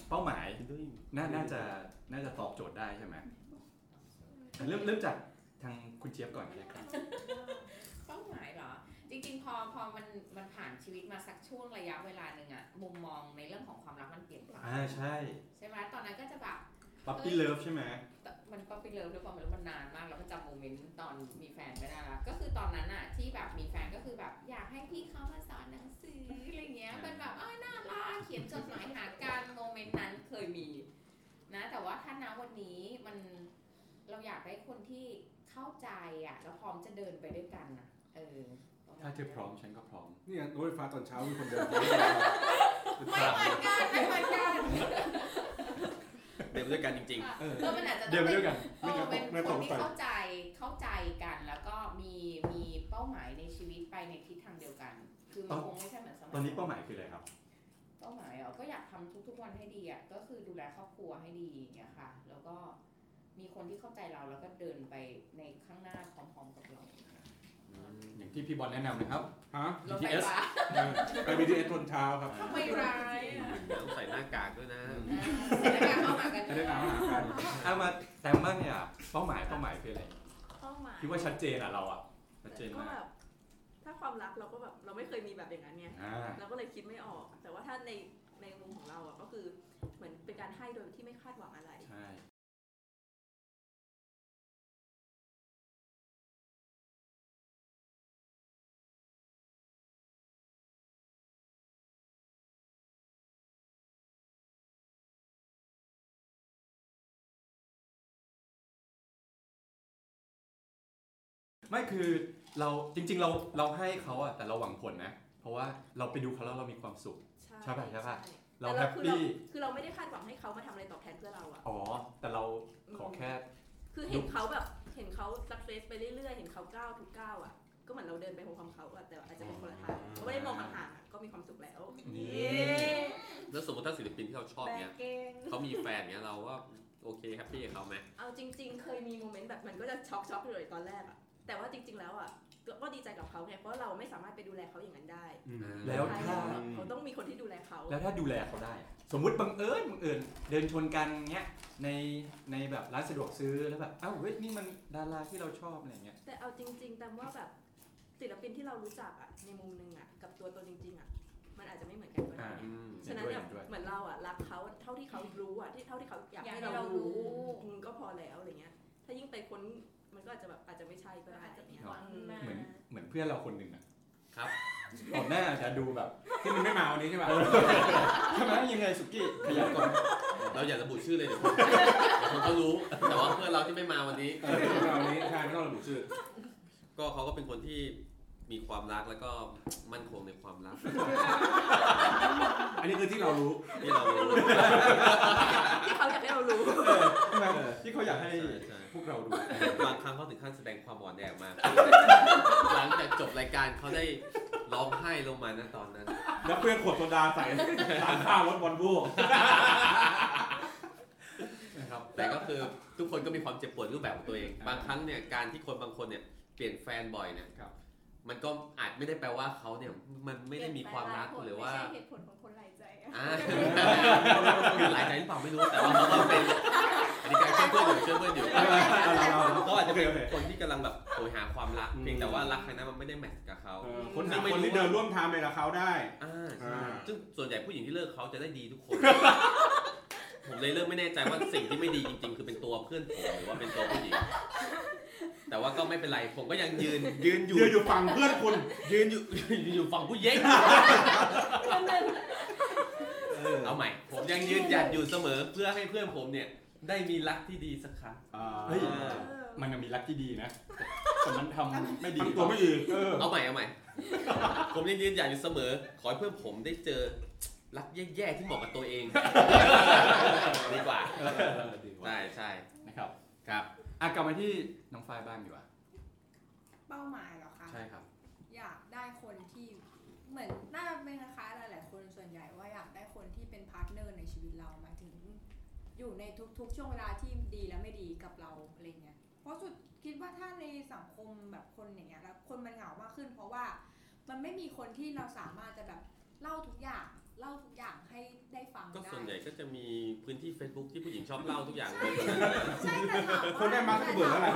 S1: เป้าหมายน่าน่าจะน่าจะตอบโจทย์ได้ใช่ไหมเริ่มเริ่มจากทางคุณเจี๊ยบก่อนก็ได้ครับ
S7: เป้าหมายเหรอ จริง ๆ พอพอมันมันผ่านชีวิตมาสักช่วงระยะเวลาหนึ่งอะมุมมองในเรื่องของความรักมันเปลี่ยนไป
S1: อ่าใช่
S7: ใช่ไหมตอนนั้นก็จะแบบ
S1: ป๊อปปี้เลิฟใช่ไหม
S7: แต่มันก็ไปเลิฟด้วยความรู้มันนานมากแล้วก็จำโมเมนต์ตอนมีแฟนไม่ได้ละก็คือตอนนั้นอะที่แบบมีแฟนก็คือแบบอยากให้พี่เขามาสอนหนังสืออะไรเงี้ยเป็นแบบอ้าวน่ารักเขียนจดหมายหากันโมเมนต์นั้นเคยมี นะ แต่ว่าถ้านะวันนี้มันเราอยากได้คนที่เข้าใจอะแล้วพร้อมจะเดินไปด้วยกันอะเออประณ
S1: ถ้าเธอพร้อมฉันก็พร้อม
S3: นี่รถไฟฟ้าตอนเช้ามีคนเดิน
S7: ไม่เหมือนกันไม่เหมือนกัน
S2: เดี๋ยวด้วยกันจริง
S7: อ่ะ
S3: เออ
S7: เออมันอาจจะต้อง
S1: เดี๋ยวไปด้
S7: ป็น
S1: วยกัน
S7: เออเป็น
S3: ไม่
S7: ค
S3: ต
S7: น
S3: ก
S7: ที่
S3: ไป
S7: เข้าใจเข้าใจกันแล้วก็มีมีเป้าหมายในชีวิตไปในทิศทางเดียวกัน คือมั
S1: ตอ
S7: น
S1: น
S7: คงไม่ใช่เหมือนสมัย
S1: ตอนนี้เป้าหมายคืออะไรครับ
S7: เป้าหมายเหรอก็อยากทำทุก ๆ วันให้ดีอ่ะก็คือดูแลครอบครัวให้ดีอย่างเงี้ยค่ะ แล้วก็มีคนที่เข้าใจเราแล้วก็เดินไปในข้างหน้าพร้อมๆกับเรา
S1: อย่างที่พี่บอลแนะนำนะครับ
S3: ฮะ
S7: รถไฟ
S1: BTS
S7: ฟ้า
S3: ไปบีทีเอสตอนเช้าครับ
S7: ทำไมร้ายอ่ะ
S2: ๆ ต้องใส่หน้ากากด้วยนะ
S7: สถานการณ์เข้ามากัน
S3: จะได้ตามหากัน
S1: เอามาแต้มบ้างเนี่ยเป้าหมายเป้าหมายคืออะไร
S6: เป้าหมาย
S1: คิดว่าชัดเจนอ่ะเราอ่ะชัดเจน
S5: ก็
S1: มาก
S5: แบบถ้าความรักเราก็แบบเราไม่เคยมีแบบอย่างนั้นไง
S1: อ่า
S5: เราก็เลยคิดไม่ออก แต่ว่าถ้าในในมุมของเราอะก็คือเหมือนเป็นการให้โดยที่ไม่คาดหวังอะไร
S1: ใช่ ไม่คือเราจริง ๆ เราเราให้เขาอะแต่เราหวังผลนะ เพราะว่าเราไปดูเขาแล้วเรามีความสุข ใช่ป่ะใช่ป่ะ
S5: ใช่
S1: เรา
S5: แต่
S1: แฮ
S5: เราคื
S1: ป
S5: อเรา
S1: ปี้
S5: คือเราไม่ได้คาดหวังให้เขามาทำอะไรตอบแทนเพื่อเราอะ
S1: อ๋อ แต่เราขอแค่
S5: คือเห็นเขาแบบเห็นเขาสักเซสไปเรื่อยๆ เห็นเขาก้าวทุกก้าวอะก็เหมือนเราเดินไปพร้อมๆเขาอะแต่อาจจะเป็นคนละทางเขาไม่ได้มองห่างๆอะก็มีความสุขแล้ว
S1: นี่
S2: แล้วสมมติถ้าศิลปินที่เราชอบ
S5: แบ
S2: เนี่ย
S5: กเกง
S2: เขามีแฟนเนี่ยเราก็โอเคแฮปปี้กับเขาไหม
S5: เอาจริง ๆ เคยมีโมเมนต์แบบมันก็จะช็อกช็อกๆเลยตอนแรกอะแต่ว่าจริง ๆ แล้วอะก็ก็ดีใจกับเขาไงเพราะเราไม่สามารถไปดูแลเขาอย่างนั้นได้
S1: อืมแล้ว
S5: สุด
S1: ถ้า
S5: ท้ายแล้วอะเขาต้องมีคนที่ดูแลเขา
S1: แล้วถ้าดูแลเขาได้ สมมุติบังเอิญบังเอิญเดินชนกันเงี้ยในในแบบร้านสะดวกซื้อแล้วแบบเอ้าเว้ยนี่มันดาราที่เราชอบอะไรเงี้ย
S5: แต่เอาจริง ๆ แต่ว่าแบบศิลปินที่เรารู้จักอะในมุมหนึ่งอะกับตัวตนจริง ๆอะมันอาจจะไม่เหมือนกันก็ได้
S1: อ่า
S5: ฉะนั้นแบบ
S1: เห็นด้วย
S5: เหมือนเราอะรักเขาเท่าที่เขารู้อะที่เท่าที่เขาอยาก
S6: อยาก
S5: ให้
S6: ให้
S5: เรา
S6: เรารู้
S5: รู้อืมก็พอแล้วอะไรเงี้ย ถ้ายิ่งไปค้นมันก็อาจจะแบบอาจจะไม่ใช่ก็ได้อาจจะเนี้ย
S6: หวังมา
S1: เหมือนเหมือนเพื่อนเราคนหนึ่งอะ
S2: ครับ
S1: ออกหน้าจะดูแบบ
S3: ที่มันไม่มาวันนี้ใช่ป่ะ
S1: ทำไมยังไงสุกี้ขยับก่อน
S2: เราอย่าระบุชื่อเลยเดี๋ยวคนเดี๋ยวคนเขารู้ แต่ว่าเพื่อนเราที่ไม่มาวันนี้
S3: เออที่มันไม่มาวันนี้ใช่ไม่ต้องระบุชื่อ
S2: ก็เขาก็เป็นคนที่มีความรักแล้วก็มั่นคงในความรัก
S3: อันนี้คือที่เรารู้
S2: ที่เรารู้
S5: ที่เขาอยากให้เรารู้
S1: ใช่ไหมที่เขาอยากให้
S2: ใช่ใช่
S1: พวกเราดู
S2: บางครั้งเขาถึงขั้นแสดงความอ่อนแอออกมา หลังจากจบรายการเขาได้ร้องไห้ลงมานะตอนนั้น
S3: แล้วเพื่อนขวดโซดาใส่ตามข้าวรถบอลบู
S1: นะครับ
S2: แต่ก็คือทุกคนก็มีความเจ็บปวดรูปแบบของตัวเอง
S1: อ่า
S2: บางครั้งเนี่ยการที่คนบางคนเนี่ยเปลี่ยนแฟนบ่อยเนี่ย
S1: ครับ
S2: มันก็อาจไม่ได้แปลว่าเขาเนี่ยมันไม่ได้มีความรักหรือว่า
S6: ไม่ใช่เหตุผลของคนหลายใจอะ
S2: อ่าคือหลายใจหรือเปล่าไม่รู้แต่ว่าเขาก็เป็นอันนี้การช่วยเพื่อนอยู่ช่วยเพื่อนอยู่ก็อาจจะเป็นคนที่กำลังแบบโหยหาความรัก
S3: อืม
S2: เพียงแต่ว่ารักครั้งนั้นมันไม่ได้แมทช์กับเขา
S3: เออคนหา
S2: ไม่
S3: ค
S2: รู้
S3: นที่เดินร่วมทางไปกับเขาได้
S2: อ่าใช่
S3: อ่า
S2: ซึ่งส่วนใหญ่ผู้หญิงที่เลิกเขาจะได้ดีทุกคน ผมเลยเริ่มไม่แน่ใจว่าสิ่งที่ไม่ดีจริง ๆ คือเป็นตัวเพื่อนผมหรือว่าเป็นตัวผู้หญิง แต่ว่าก็ไม่เป็นไร ผมก็ยังยืน ยืนอยู่
S3: ยืนอยู่ฝั่งเพื่อนคุณ
S2: ยืนอยู่ ยืนอยู่ฝั่งผู้เย้งเอาใหม่ ผมยังยืนหยัดอยู่เสมอเพื่อให้เพื่อนผมเนี่ย ได้มีรักที่ดีสักครั้ง
S1: เฮ้ย มันยังมีรักที่ดีนะ แต่มันทำไม่ดี
S3: ทำตัวไม่ดี
S1: เออ
S2: เอาใหม่เอาใหม่ ผมยังยืนหยัดอยู่เสมอ ขอให้เพื่อนผมได้เจอรักแย่ๆที่เหมาะกับตัวเอง ดีกว่า ใช่ใช่
S1: นะครับ
S2: ครับ
S1: อ่ะกลับมาที่น้องฝ้ายบ้างดีกว่า
S4: เป้าหมายเหรอคะ
S1: ใช่ครับ
S4: อยากได้คนที่เหมือนน่าเป็นคล้ายๆหลายๆคนส่วนใหญ่ว่าอยากได้คนที่เป็นพาร์ทเนอร์ในชีวิตเราหมายถึง อยู่ในทุกๆ ช่วงเวลาที่ดีและไม่ดีกับเราอะไรเงี้ยเพราะสุดคิดว่าถ้าในสังคมแบบคนอย่างเงี้ยแล้วคนมันเหงามากขึ้น เพราะว่ามันไม่มีคนที่เราสามารถจะแบบเล่าทุกอย่างเล่าทุกอย่างให้ได้ฟัง
S2: ก็
S4: ได้
S2: ส่วนใหญ่ก็จะมีพื้นที่ Facebook ที่ผู้หญิงชอบเล่าทุกอย่างเลย
S4: ใช่แต่ถามว่า
S3: คนได้มาร์คเบิร์ดแล้วล่ะ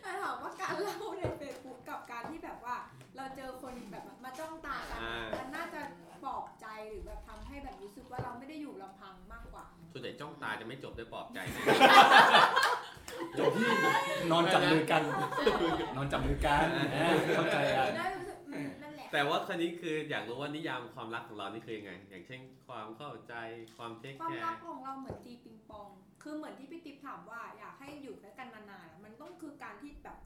S4: แต่ถามว่าการเล่าในเฟซบุ๊กกับการที่แบบว่า เราเจอคนแบบมาจ้องตากัน
S2: อ่า
S4: มันน่าจะปลอบใจหรือแบบทำให้แบบรู้สึกว่าเราไม่ได้อยู่ลำพังมากกว่า
S2: ส่วนใหญ่จ้องตาจะไม่จบด้วยปลอบใจนะ
S1: จบที่นอนจับมือกัน นอนจับมือกันนะเข้าใจอ่ะ
S4: ได้รู้สึกอืมนั่นแหละ
S2: แต่ว่าครั้นี้คืออยากรู้ว่านิยามความรักของเรานี่คือยังไง อย่างเช่นความเข้าใจความเทค
S4: ความ
S2: แค
S4: รัก
S2: ร์
S4: ของเราเหมือนตีปิงปอง คือเหมือนที่พี่ติ๊บถามว่าอยากให้อยู่ด้วยกันนานๆอะมันต้องคือการที่แบบ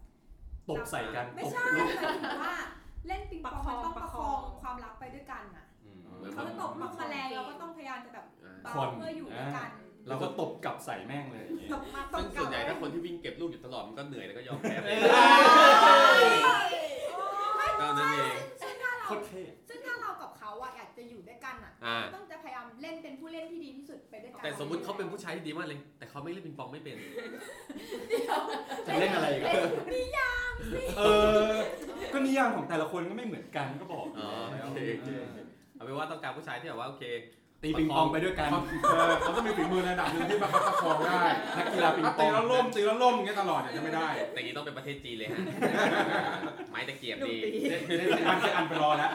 S1: ตบใส่กัน
S4: ไม่
S1: ตบ
S4: ใช่หมายถึงว่าเล่นปิงปองมันต้อง
S5: ป
S4: ป
S5: ระระ
S4: ค
S5: ค
S4: อ
S5: อง ง
S4: ความรักไปด้วยกันอ่ะ
S2: เหมือน
S4: เขา
S2: ว่า
S4: จะตกลูกแมลงเราก็ต้องพยายามจะแบบ
S2: อ่า
S4: เบาเพื่ออยู่ด้วยกัน
S1: เราก็ตบกลับใส่แม่งเลยอย่างเงี้ย
S4: ตกมาต
S2: ซึ่
S4: ก
S2: ง
S4: ก
S2: ส่
S4: ลับ
S2: วนใหญ่ถ้าคนที่วิ่งเก็บลูกอยู่ตลอดมันก็เหนื่อยแล้วก็ยอมแพ้ไปก็นั่นเอง
S1: โคตรเท่
S4: ซึ่งถ้าเรากับเขาอะอยากจะอยู่ด้วยกันอ่ะ
S2: อ่า
S4: ต้องจะพยายามเล่นเป็นผู้เล่นที่ดีที่สุดไปด้วยกัน
S2: แต่สมมุติเขาเป็นผู้ชายที่ดีมากเลย แต่เขาไม่เล่นปิงปองไม่เป็น
S1: จะเล่นอะไรอีกัน
S4: นิยาม
S1: เออ ก็นิยามของแต่ละคนก็ไม่เหมือนกันก็บอก
S2: อ๋อโอเคโอเค เอาเป็นว่าต้องการผู้ชายที่แบบว่าโอเค
S1: ตีปิงปองไปด้วยกัน
S3: เออเขาต้องมีฝีมือในระดับหนึงที่มาคับประคองได้
S1: นักกีฬาปิงปอง
S3: ถ้ตีแล้วล่มตีแล้วล่มอย่างเงี้ยตลอดเนี่ยจะไม่ได้
S2: แต่อย่างนี้ต้องเป็นประเทศจีน [LAUGHS] เลยฮะ ไม้ตะเกียบดี
S3: ได้ได้อันจะอันไปรอแล้ว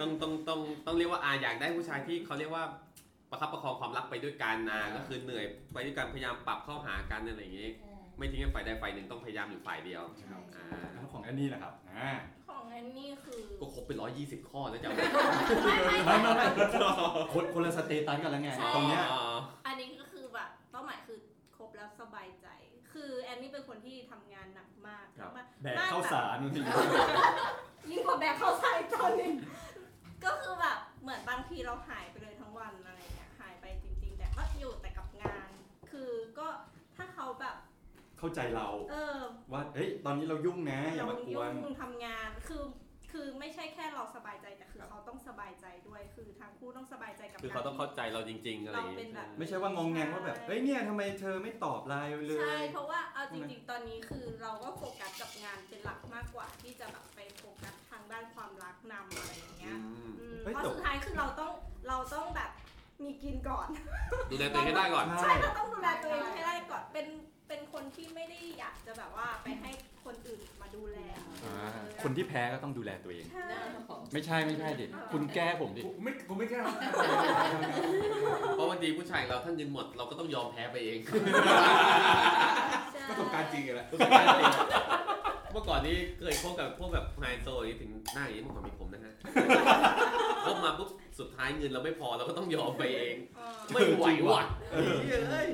S2: ต้องต้องต้องต้องเรียกว่าอาอยากได้ผู้ชายที่เขาเรียกว่าประคับประคองความรักไปด้วยกันนะก็คือเหนื่อยไปด้วยกันพยายามปรับเข้าหากันอะไรอย่างนี้ ไม่ทิ้งให้ฝ่ายใดฝ่ายหนึ่งต้องพยายามอยู่ฝ่ายเดียวอ่า
S1: แล้วของแอนนี่แหละครับอ่า
S6: ของแอนนี่คือ
S2: ก็ครบเป็นร้อยยี่สิบข้อแล้วจ้ะ
S1: ไม่ไม่ไม่คนคนละสเตตัสกันแล้วไง
S6: ใช่
S1: ตรงเนี้ย
S2: อ๋อ
S6: อันนี้ก็คือแบบเป้าหมายคือครบแล้วสบายใจ คือแอนนี่เป็นคนที่ทำงานหนักมาก
S1: ครับ
S6: มาก
S1: แบกข้าวสารจริง
S6: ยิ่งกว่าแบกเข้าใส่ตอนนี้ ก็คือแบบเหมือนบางทีเราหายไปเลยทั้ง
S1: เข้าใจเรา
S6: เออ
S1: ว่าเอ้ยตอนนี้เรายุ่งนะอย่ามากว
S6: ยุ่
S1: น
S6: งทำงานคือคือไม่ใช่แค่เราสบายใจแต่คือเขาต้องสบายใจด้วยคือทางคู่ต้องสบายใจกับ
S2: คือเขาต้องเข้าใจเราจริง ๆ อะไรอย่าง
S6: เราเป็
S2: เงี้
S6: น
S2: ย
S6: แบบ
S1: ไม่ใช่ว่างองแงงว่าแบบเอ้ยเนี่ยทำไมเธอไม่ตอบไลน์เล
S6: ใช่
S1: ย
S6: เพราะว่าเอา
S1: ใช่
S6: จ
S1: ไหม
S6: ริงๆ ตอนนี้คือเราก็โฟกัสกับงานเป็นหลักมากกว่าที่จะแบบไปโฟกัสทางด้านความรักนำอะไรอย่างเงี้ย
S2: อืม
S6: อืม
S1: เฮ้ย
S6: เพราะ
S1: แต่
S6: สุดท้ายคือเราต้องเราต้องแบบมีกินก่อน
S2: ดูแลตัวเองให้ได้ก่อน
S1: ใช่
S6: เราต้องดูแลตัวเองให้ได้ก่อนเป็นเป็นคนที่ไม่ได้อยากจะแบบว่าไปให้คนอื่นมาดูแล
S1: อ่าคนที่แพ้ก็ต้องดูแลตัวเอง
S6: ใช่
S1: ไม่ใช่ไม่ใช่เด็ดคุณแก้ผมดิ
S3: ผมไม่ผมไม่แก้
S1: [LAUGHS]
S3: ว
S2: เพราะบางทีผู้ชายเราท่านยืนหมดเราก็ต้องยอมแพ้ไป [LAUGHS] เอง
S6: ใช่
S3: ประสบการณ์จริงเลยแหละ
S2: เมื่อก่อนนี้เคยพบกับพวกแบบไฮโซอย่างนี้ถึงหน้าอย่างนี้เมื่อก่อนมีผมนะ [LAUGHS] ฮะ พบมาปุ๊บสุดท้ายเงินเราไม่พอเราก็ต้องยอมไปเอง ไม่ไหวว่ะ
S1: เออ
S2: เฮ้ยเอ้ย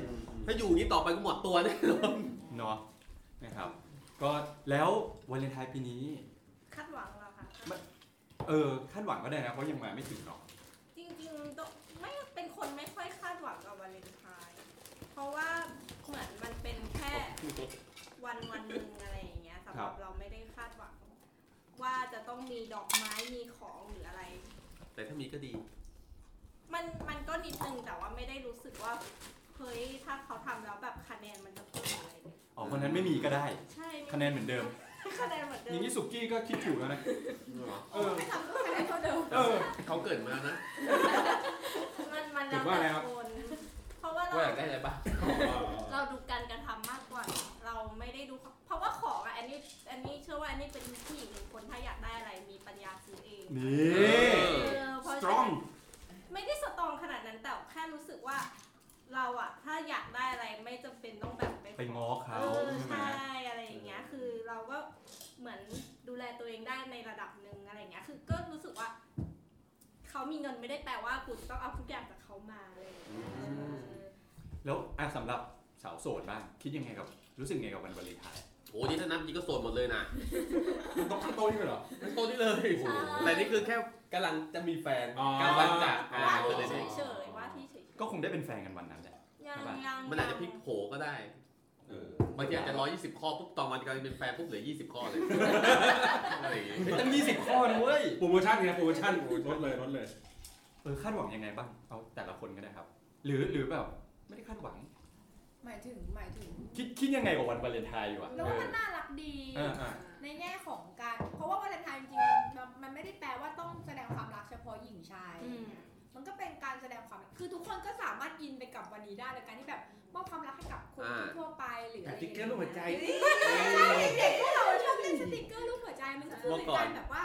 S2: ถ้าอยู่อย่างนี้ต่อไปก็หมดตัวแน่น [LAUGHS] อน
S1: เนาะนะครับ ก็แล้ววาเลนไทน์ปีนี้
S6: คาดหวังเหรอคะ
S1: เออคาดหวังก็ได้นะเพราะยังมาไม่ถึงหรอก
S6: จริงๆต้องไม่เป็นคนไม่ค่อยคาดหวังกับวาเลนไทน์เพราะว่าเหมือนมันเป็นแค่วันวันหนึ่งอะไรอย่างเงี้ยสำห
S1: ครั
S6: รับบ เราไม่ได้คาดหวัง ว่าจะต้องมีดอกไม้มีของหรืออะไร
S2: แต่ถ้ามีก็ดี
S6: มันมันก็นิดนึงแต่ว่าไม่ได้รู้สึกว่าเฮ้ยถ้าเขาทำแล้วแบบคะแนนมันจะเพิ่มอะไร
S1: อ๋อวันนั้นไม่มีก็ได้
S6: ใช่ไม่
S1: คะแนนเหมือนเดิม
S6: [LAUGHS] คะแนนเหมือนเดิ
S1: อ
S6: ม
S1: ย่างนี้สุกี้ก็คิดถูกแล้วนะเออ
S6: ไม่ทำก็คะแนนเท่าเดิม
S1: เออ
S2: เขาเกิดมานะ
S6: มันมัน
S3: ถึ
S6: แล้ว
S3: งว่าอะไรค
S6: แต่
S3: รับ
S6: คนเพราะว่า
S2: ว่า
S6: เรา
S2: อยากได้อะไรบ้าง
S6: เราดูการกระทำมากกว่า เราไม่ได้ดูเพราะว่าของอะแอนนี่แอนนี่เชื่อว่าแอนนี่เป็นผู้หญิงหนึ่งคนถ้าอยากได้อะไรมีปัญญาซื้อเอง
S1: นี
S2: เอ่ อ
S6: เออเพราะ
S1: strong
S6: ไม่ได้สตรองขนาดนั้นแต่แค่รู้สึกว่า เราอะถ้าอยากได้อะไรไม่จำเป็นต้องแบบไปข
S1: ไป
S6: อ
S1: ง้อเขา
S6: เออ
S1: ใช่ไหม
S6: ใช่อะไรอย่างเงี้ยคือเราก็เหมือนดูแลตัวเองได้ในระดับหนึ่งอะไรอย่างเงี้ยคือก็รู้สึกว่า เขามีเงินไม่ได้แปลว่ากูจะต้องเอาทุกอย่างจากเขามาเลย
S1: ม แล้วอ่ะสำหรับสาวโสดบ้างคิดยังไงกับรู้สึกไงกับวันวาเลนไทน์
S2: โอ้นี่ถ้านับจริงก็โสดหมดเลยนะ
S3: มันต้องตั้งโต๊ะนี่เลยเหรอ
S2: ไม่โสดนี่เลย แต่นี่คือแค่กำลังจะมีแฟน
S3: อ๋อ
S2: กำลังจะ
S6: เออ
S2: อ่า
S6: ว่า
S2: ก็เลย
S6: ที่
S2: ได้
S6: เฉยๆว่าที่เฉย
S1: ก็คงได้เป็นแฟนกันวันนั้นแหละ
S6: ๆยังยัง
S2: มันอาจจะพลิกโผก็ได้
S3: เออบ
S2: างทีอาจจะร้อยยี่สิบข้อปุ๊บตอนวันกลายเป็นแฟนปุ๊บเหลือยี่สิบข้อ [LAUGHS] เลย อะไรอย่างงี้
S1: ไม่ตั้ง 20 ข้อนะเว้ย
S3: โปรโมชั่นไงโปรโมชั่นลดเลยลดเลย
S1: เออคาดหวังยังไงบ้าง เอาแต่ละคนก็ได้ครับ หรือหรือแบบไม่ได้คาดหวัง
S4: หมายถึงหมายถึง
S1: คิดคิดยังไงกับวันวาเลนไทน์อยู่อะ
S4: แล้ว
S1: เอ
S4: ว่า
S1: อ
S4: มันน่ารักดี
S1: เออเออ
S4: ในแง่ของการ เพราะว่าวาเลนไทน์จริงๆมันมันไม่ได้แปลว่าต้องแสดงความรักเฉพาะหญิงชาย
S6: อืม
S4: มันก็เป็นการแสดงความรักคือทุกคนก็สามารถอินไปกับวันนี้ได้ในการที่แบบมอบความรักให้กับคนทั่วๆไปหรืออะไรอย่างเงี้ยเด็กๆพวกเราชอบเล่นสติกเกอร์รูปหัวใจมันก็คือเป็นการแบบว่า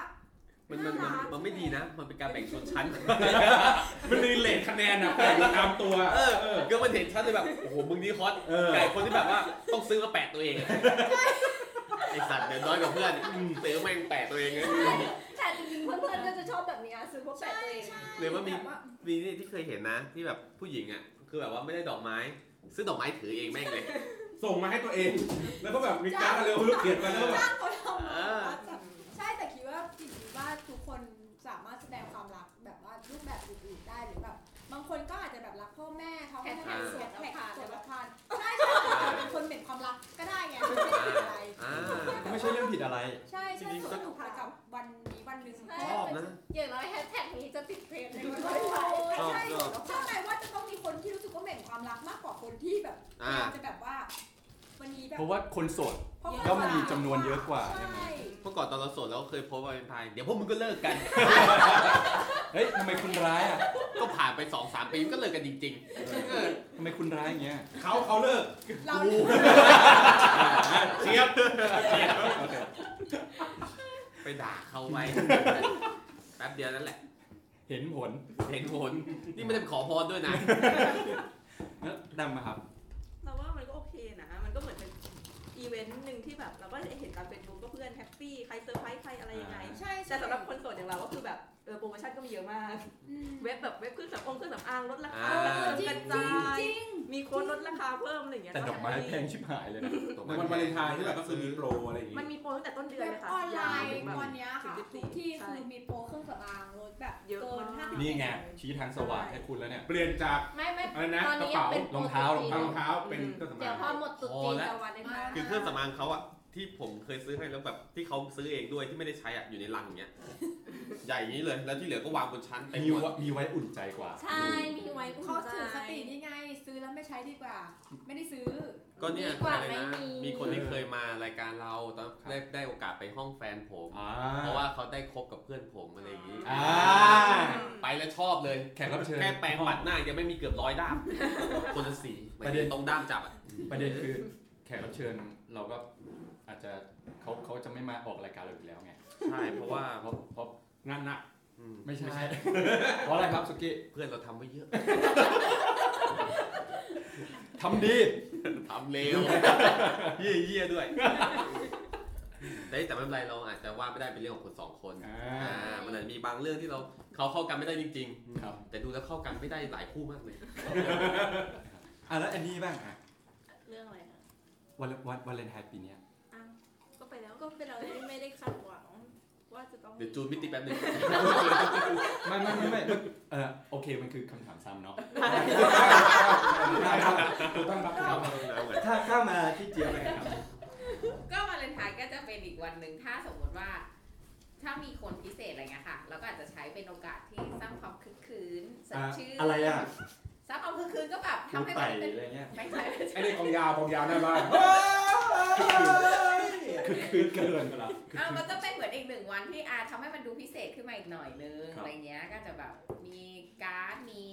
S2: มันมันมันมันไม่ดีนะ มันเป็นการแบ่งชนชั้น
S3: มันรีเลทคะแนนอะแปะอยู่ตามตัว
S2: เออก็มันเห็นชัดเลยแบบ โอ้โห มึงนี่ฮอต
S3: เออ
S2: ไก่คนที่แบบว่าต้องซื้อมาแปะตัวเองอะไอสัตว์เดี๋ยวน้อยกว่าเพื่อนซื้อแม่งแปะตัวเองเลย
S6: แต่จริงๆเพื่อนๆก็จะชอบแบบเนี้ยซื้อพวกแปะตัวเอง
S2: หรือว่ามี มีนี่ที่เคยเห็นนะ ที่แบบผู้หญิงอ่ะ คือแบบว่าไม่ได้ดอกไม้ ซื้อดอกไม้ถือเองแม่งเลย
S3: ส่งมาให้ตัวเอง แล้วก็แบบมีการ์ดอะไรไม่รู้เขียนมาแล้วแบบ
S4: จ้างเขาทำ
S2: เอ
S4: มา
S2: อ
S4: ใช่แต่คิดว่าคิดว่าทุกคนสามารถแสดงความรักแบบว่ารูปแบบอื่นๆได้หรือแบบบางคนก็อาจจะแบบรักพ่อแม่เขาก็จะแบบสวดแท็กสวดละครใช่ใช่แต่เป็นคนเหม็นความรักก็ได้ไงไม่ได้เป็นอะไร
S2: อ่า
S1: ก็ไม่ใช่เรื่องผิดอะไร
S4: ใช่ใช่
S2: จริงๆก็
S4: สนุกไปกับวันนี้วันหนึ่ง
S2: ชอบนะ
S6: อย่างน้อยแฮชแท็กนี้จะติดเทรนด์ในวันวา
S4: ใช่
S6: เลนไทน์
S4: ใช่ใช่ว่าจะต้องมีคนที่รู้สึกว่าเหม็นความรักมากกว่าคนที่แบบพยายามจะแบบว่า วันนี้แบบ
S1: เพราะว่าคนโสด
S4: เพราะว่า
S1: ก็มีจำนวนเยอะกว่าใช่ไหม
S4: ใช่
S2: เมื่อก่อนตอนเราโสดเราก็เคยโพสต์วาเลนไทน์เดี๋ยวพวกมึงก็เลิกกัน
S1: เฮ้ยทำไมคุณร้ายอ่ะ
S2: ก็ผ่านไปสองสามปีมันก็เลิกกันจริงๆเออ
S1: ทำไมคุณร้ายอย่างเงี้ย
S3: เขาเขาเลิก
S4: เรา
S5: [LAUGHS]
S2: เชียบไปด่าเขาไว้ แป๊บเดียวนั่นแหละ
S1: เห็นผล
S2: เห็นผลนี่ไม่ได้ไปขอพรด้วยนะ
S1: แล้วดำอะครับ
S5: เราว่ามันก็โอเคนะ มันก็เหมือนเป็นอีเวนต์หนึ่งที่แบบเราก็เห็นตามเฟซบุ๊กก็เพื่อนแฮปปี้ใครเซอร์ไพรส์ใครอะไรยังไง
S4: ใช่
S5: แต่สำหรับคนโสดอย่างเราก็คือแบบเออโปรโมชั่นก็มีเยอะมาก
S4: อืม
S5: เว็บแบบเว็บเครื่องสำอางเครื่องสำอางลดราคา
S2: อ่า
S5: กระจายมีโค้ดลดราคา คาเพิ่มอะไรอย่างเงี้ย
S1: แต่ดอกไม้
S5: นจา
S1: แพ
S5: นี้
S1: งชิบหายเลยนะดอก
S3: ใน
S1: ไม้
S3: วันวาเลน
S1: แพง
S3: ไทน์ที่แบบก็คือมีโปรอะไรอย่างงี้
S5: มันมีโปรตั้งแต่ต้นเดือน
S4: เว็
S5: เล
S4: บ
S5: ยค่ะ
S4: ออนไลน์
S5: ยาว
S4: ต
S5: ถึ
S4: อน
S5: ง
S4: เนี้ยค่ะ
S5: ถึงสิบสี่
S4: ทุกที่
S5: ใช่
S4: คือมีโปรเครื่องสำอางลดแบบ
S5: เยอะ
S4: เกิน
S5: มาก
S4: ห้าสิบ
S1: นี่ไงชี้ทางสว่างให้คุณแล้วเนี่ย
S3: เปลี่ยนจาก
S6: ไม่ไม่
S3: อะไรนะ
S6: ตอน
S3: กระ
S6: นี้ยัง
S3: เป๋า
S6: เป็น
S1: รองเท้า
S6: ปกติ
S3: รองเท้าเป็นเครื่องสำ
S6: เดี๋ย
S3: อาว ง
S6: พอหมดตรุ๊
S2: พ
S6: จี
S2: อน แล้ว
S6: จะวันได้มาก
S2: คือเครื่องสำอางเขาอะที่ผมเคยซื้อให้แล้วแบบที่เขาซื้อเองด้วยที่ไม่ได้ใช้อะอยู่ในลังอย่างเงี้ยใหญ่อย่างนี้เลยแล้วที่เหลือก็วางบนชั้นเต็ม
S1: มี
S2: หมด
S1: ไว้มีไว้อุ่นใจกว่า
S6: ใช่มีไว้อุ่น
S4: เขา
S6: ใจ
S4: ถือสตินี่ไง ซื้อแล้วไม่ใช้ดีกว่า ไม่ได้ซื้อ
S2: ก็เนี่ย
S6: ดีกว่า
S2: อะไร
S6: ไม่
S2: นะ
S6: มี
S2: มีคนที่เคยมารายการเราตอนได้ได้โอกาสไปห้องแฟนผม
S1: อ่า
S2: เพราะว่าเขาได้คบกับเพื่อนผมอะไรอย่างนี้
S1: อ่า
S2: ไปแล้วชอบเลย
S1: แขกรับเชิญ
S2: แค่แปรงปัดหน้ายังไม่มีเกือบร้อยด้าม [LAUGHS] คนละสี
S1: ประเด็น
S2: ตรงด้ามจับอะ
S1: ประเด็นคือแขกรับเชิญเราก็อาจจะเขาเขาจะไม่มาออกรายการเราอยู่แล้วไง
S2: ใช่เพราะว่า
S1: เพราะเพราะ
S3: งานหนัก
S2: อืม
S1: ไม่ใช่ เพราะอะไรครับสุกี้
S2: เพื่อนเราทำไว้เยอะ
S1: ทำดี
S2: ทำเร็วเยี่ยเยี่ยด้วยแต่แต่ไม่เป็นไรเราอาจจะว่าไม่ได้เป็นเรื่องของคนสองคน
S1: อ่า
S2: อ่ามันอาจจะมีบางเรื่องที่เราเขาเข้ากันไม่ได้จริง
S1: ครับ
S2: ๆ แต่ดูแล้วเข้ากันไม่ได้หลายคู่มากเลย
S1: อ่ะแล้วแอนนี่บ้างอ่ะ
S6: เรื่องอะไรนะ
S1: วันวันวันเลนไทน์ปีเนี้ย
S6: อ้าวก็ไปแล้วก็เป็นเราที่ไม่ได้คาดหวัง ว่าจะต้อง
S2: เดี๋ยวจูนมิติแป๊บหนึง
S1: ไม่ไม่ไม่ไม่เออโอเคมันคือคำถามซ้ำเนาะ [LAUGHS]
S3: ถูกต้องครับ
S1: ถ้าข้ามาที่เจียวเลยครับ
S7: ก็วาเลนไทน์ก็จะเป็นอีกวันหนึ่งถ้าสมมติว่าถ้ามีคนพิเศษอะไรเงี้ยค่ะเราก็อาจจะใช้เป็นโอกาสที่สร้างความคึกคืนสดชื่น
S1: อะไรอ่ะ
S7: สร้างความคึกคืนก็แบบ
S1: ดู
S7: ทำให้
S1: ไต่
S7: มันเป็น
S1: อะไรเงี้ย
S7: ไม่ใช่ไม่
S3: ไอ้
S7: ใช่
S3: นี่กองยาวกองยาวหน้าบ้าน
S1: คือคืนเกินกันละ
S7: อ่ะมันจะเป็นเหมือนอีกหนึ่งวันที่อาทำให้มันดูพิเศษขึ้นมาอีกหน่อยนึง
S1: ครับ
S7: อะไรเงี้ยก็จะแบบมีการ์ดมี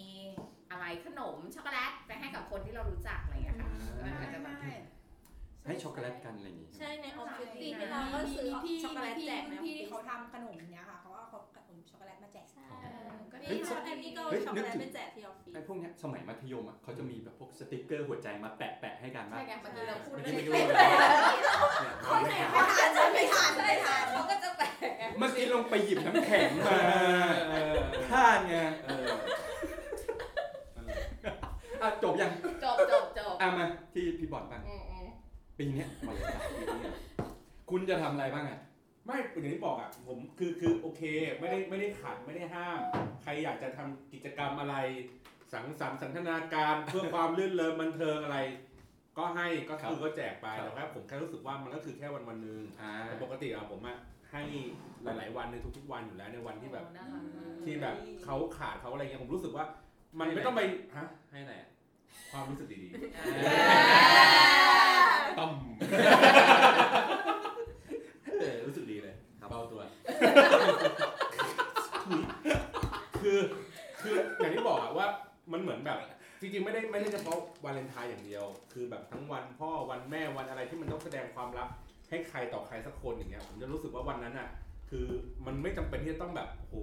S7: อะไรขนมช็อกโกแลตไปให้กับคนที่เรารู้จักอะไรเงี้ยค่ะ
S1: อ่า
S7: มันก็จะแบบ
S4: ไม่
S1: ให้ช็อกโกแลตกันอะไรอย่างงี้ใช่ไหม
S6: ใช่ในออฟฟิศ
S4: ใช่
S6: ที่เราก็
S5: มี
S6: ซื้อ
S5: พี่
S6: ช็อกโกแลต
S5: มีพี่
S6: แจกในออฟฟิ
S4: พี่
S6: ศ
S4: เขาทำขนมเนี้ยค่ะเขาเอาขนมช็อกโกแลตมาแจก
S6: ใช่ก็นี่ค่ะอันนี้ก็เอาช็อกโกแลตไปแจกที่ออฟฟิศ
S1: ไอ้พวกเนี้ยสมัยมัธยมอ่ะเขาจะมีแบบพวกสติกเกอร์หัวใจมาแปะแปะๆให้กันว่า
S7: ใช่ไงบางทีเราพูด
S1: ไม่
S7: ไม่
S1: รู้
S7: ได้
S1: เลย
S7: คนไหนไม่ทานฉันไม่ทานไม่ทานเขาก็จะแปลกไง
S1: เมื่อกี้ลงไปหยิบน้ำแข็งมาพลาดไง
S3: เออ
S1: อ่ะจบยัง
S7: จบจบจบ
S1: อ่ะมาที่พี่บอลบ้าง
S7: อืมอืม
S1: ปีเนี้ยมาเลยครับปีเนี้ยคุณจะทำอะไรบ้างอ่ะ
S3: ไม่อย่างที่บอกอ่ะผมคือคือโอเค ไม่ได้ไม่ได้ขัดไม่ได้ห้าม ใครอยากจะทำกิจกรรมอะไร สังสรรค์สันทนาการเพื่อความลื่นเริงบันเทิงอะไร ก็ให้ก็
S1: ครับ
S3: คือก็แจกไป
S1: ครับ
S3: นะครับ ผมแค่รู้สึกว่ามันก็คือแค่วันวันๆหนึ่ง
S1: อ่า
S3: แต่ปกติอะผมอะให้หลาย ๆ วันในทุก ๆ วันอยู่แล้วในวันที่แบบ ที่แบบเขาขาดเขาอะไรเงี้ยผมรู้สึกว่า มันไม่ต้องไปฮะ
S2: ให้ไหนอยอะ
S3: ความรู้สึกดีๆ
S1: ต่
S3: เออรู้สึกดีเลยเบาตัว คือคืออย่างที่บอกอะว่ามันเหมือนแบบ จริงๆ ไม่ได้ไม่ได้เฉพาะวาเลนไทน์อย่างเดียว คือแบบทั้งวันพ่อวันแม่วันอะไรที่มันต้องแสดงความรัก ให้ใครต่อใครสักคนอย่างเงี้ยผมจะรู้สึกว่าวันนั้นอะคือมันไม่จำเป็นที่จะต้องแบบโห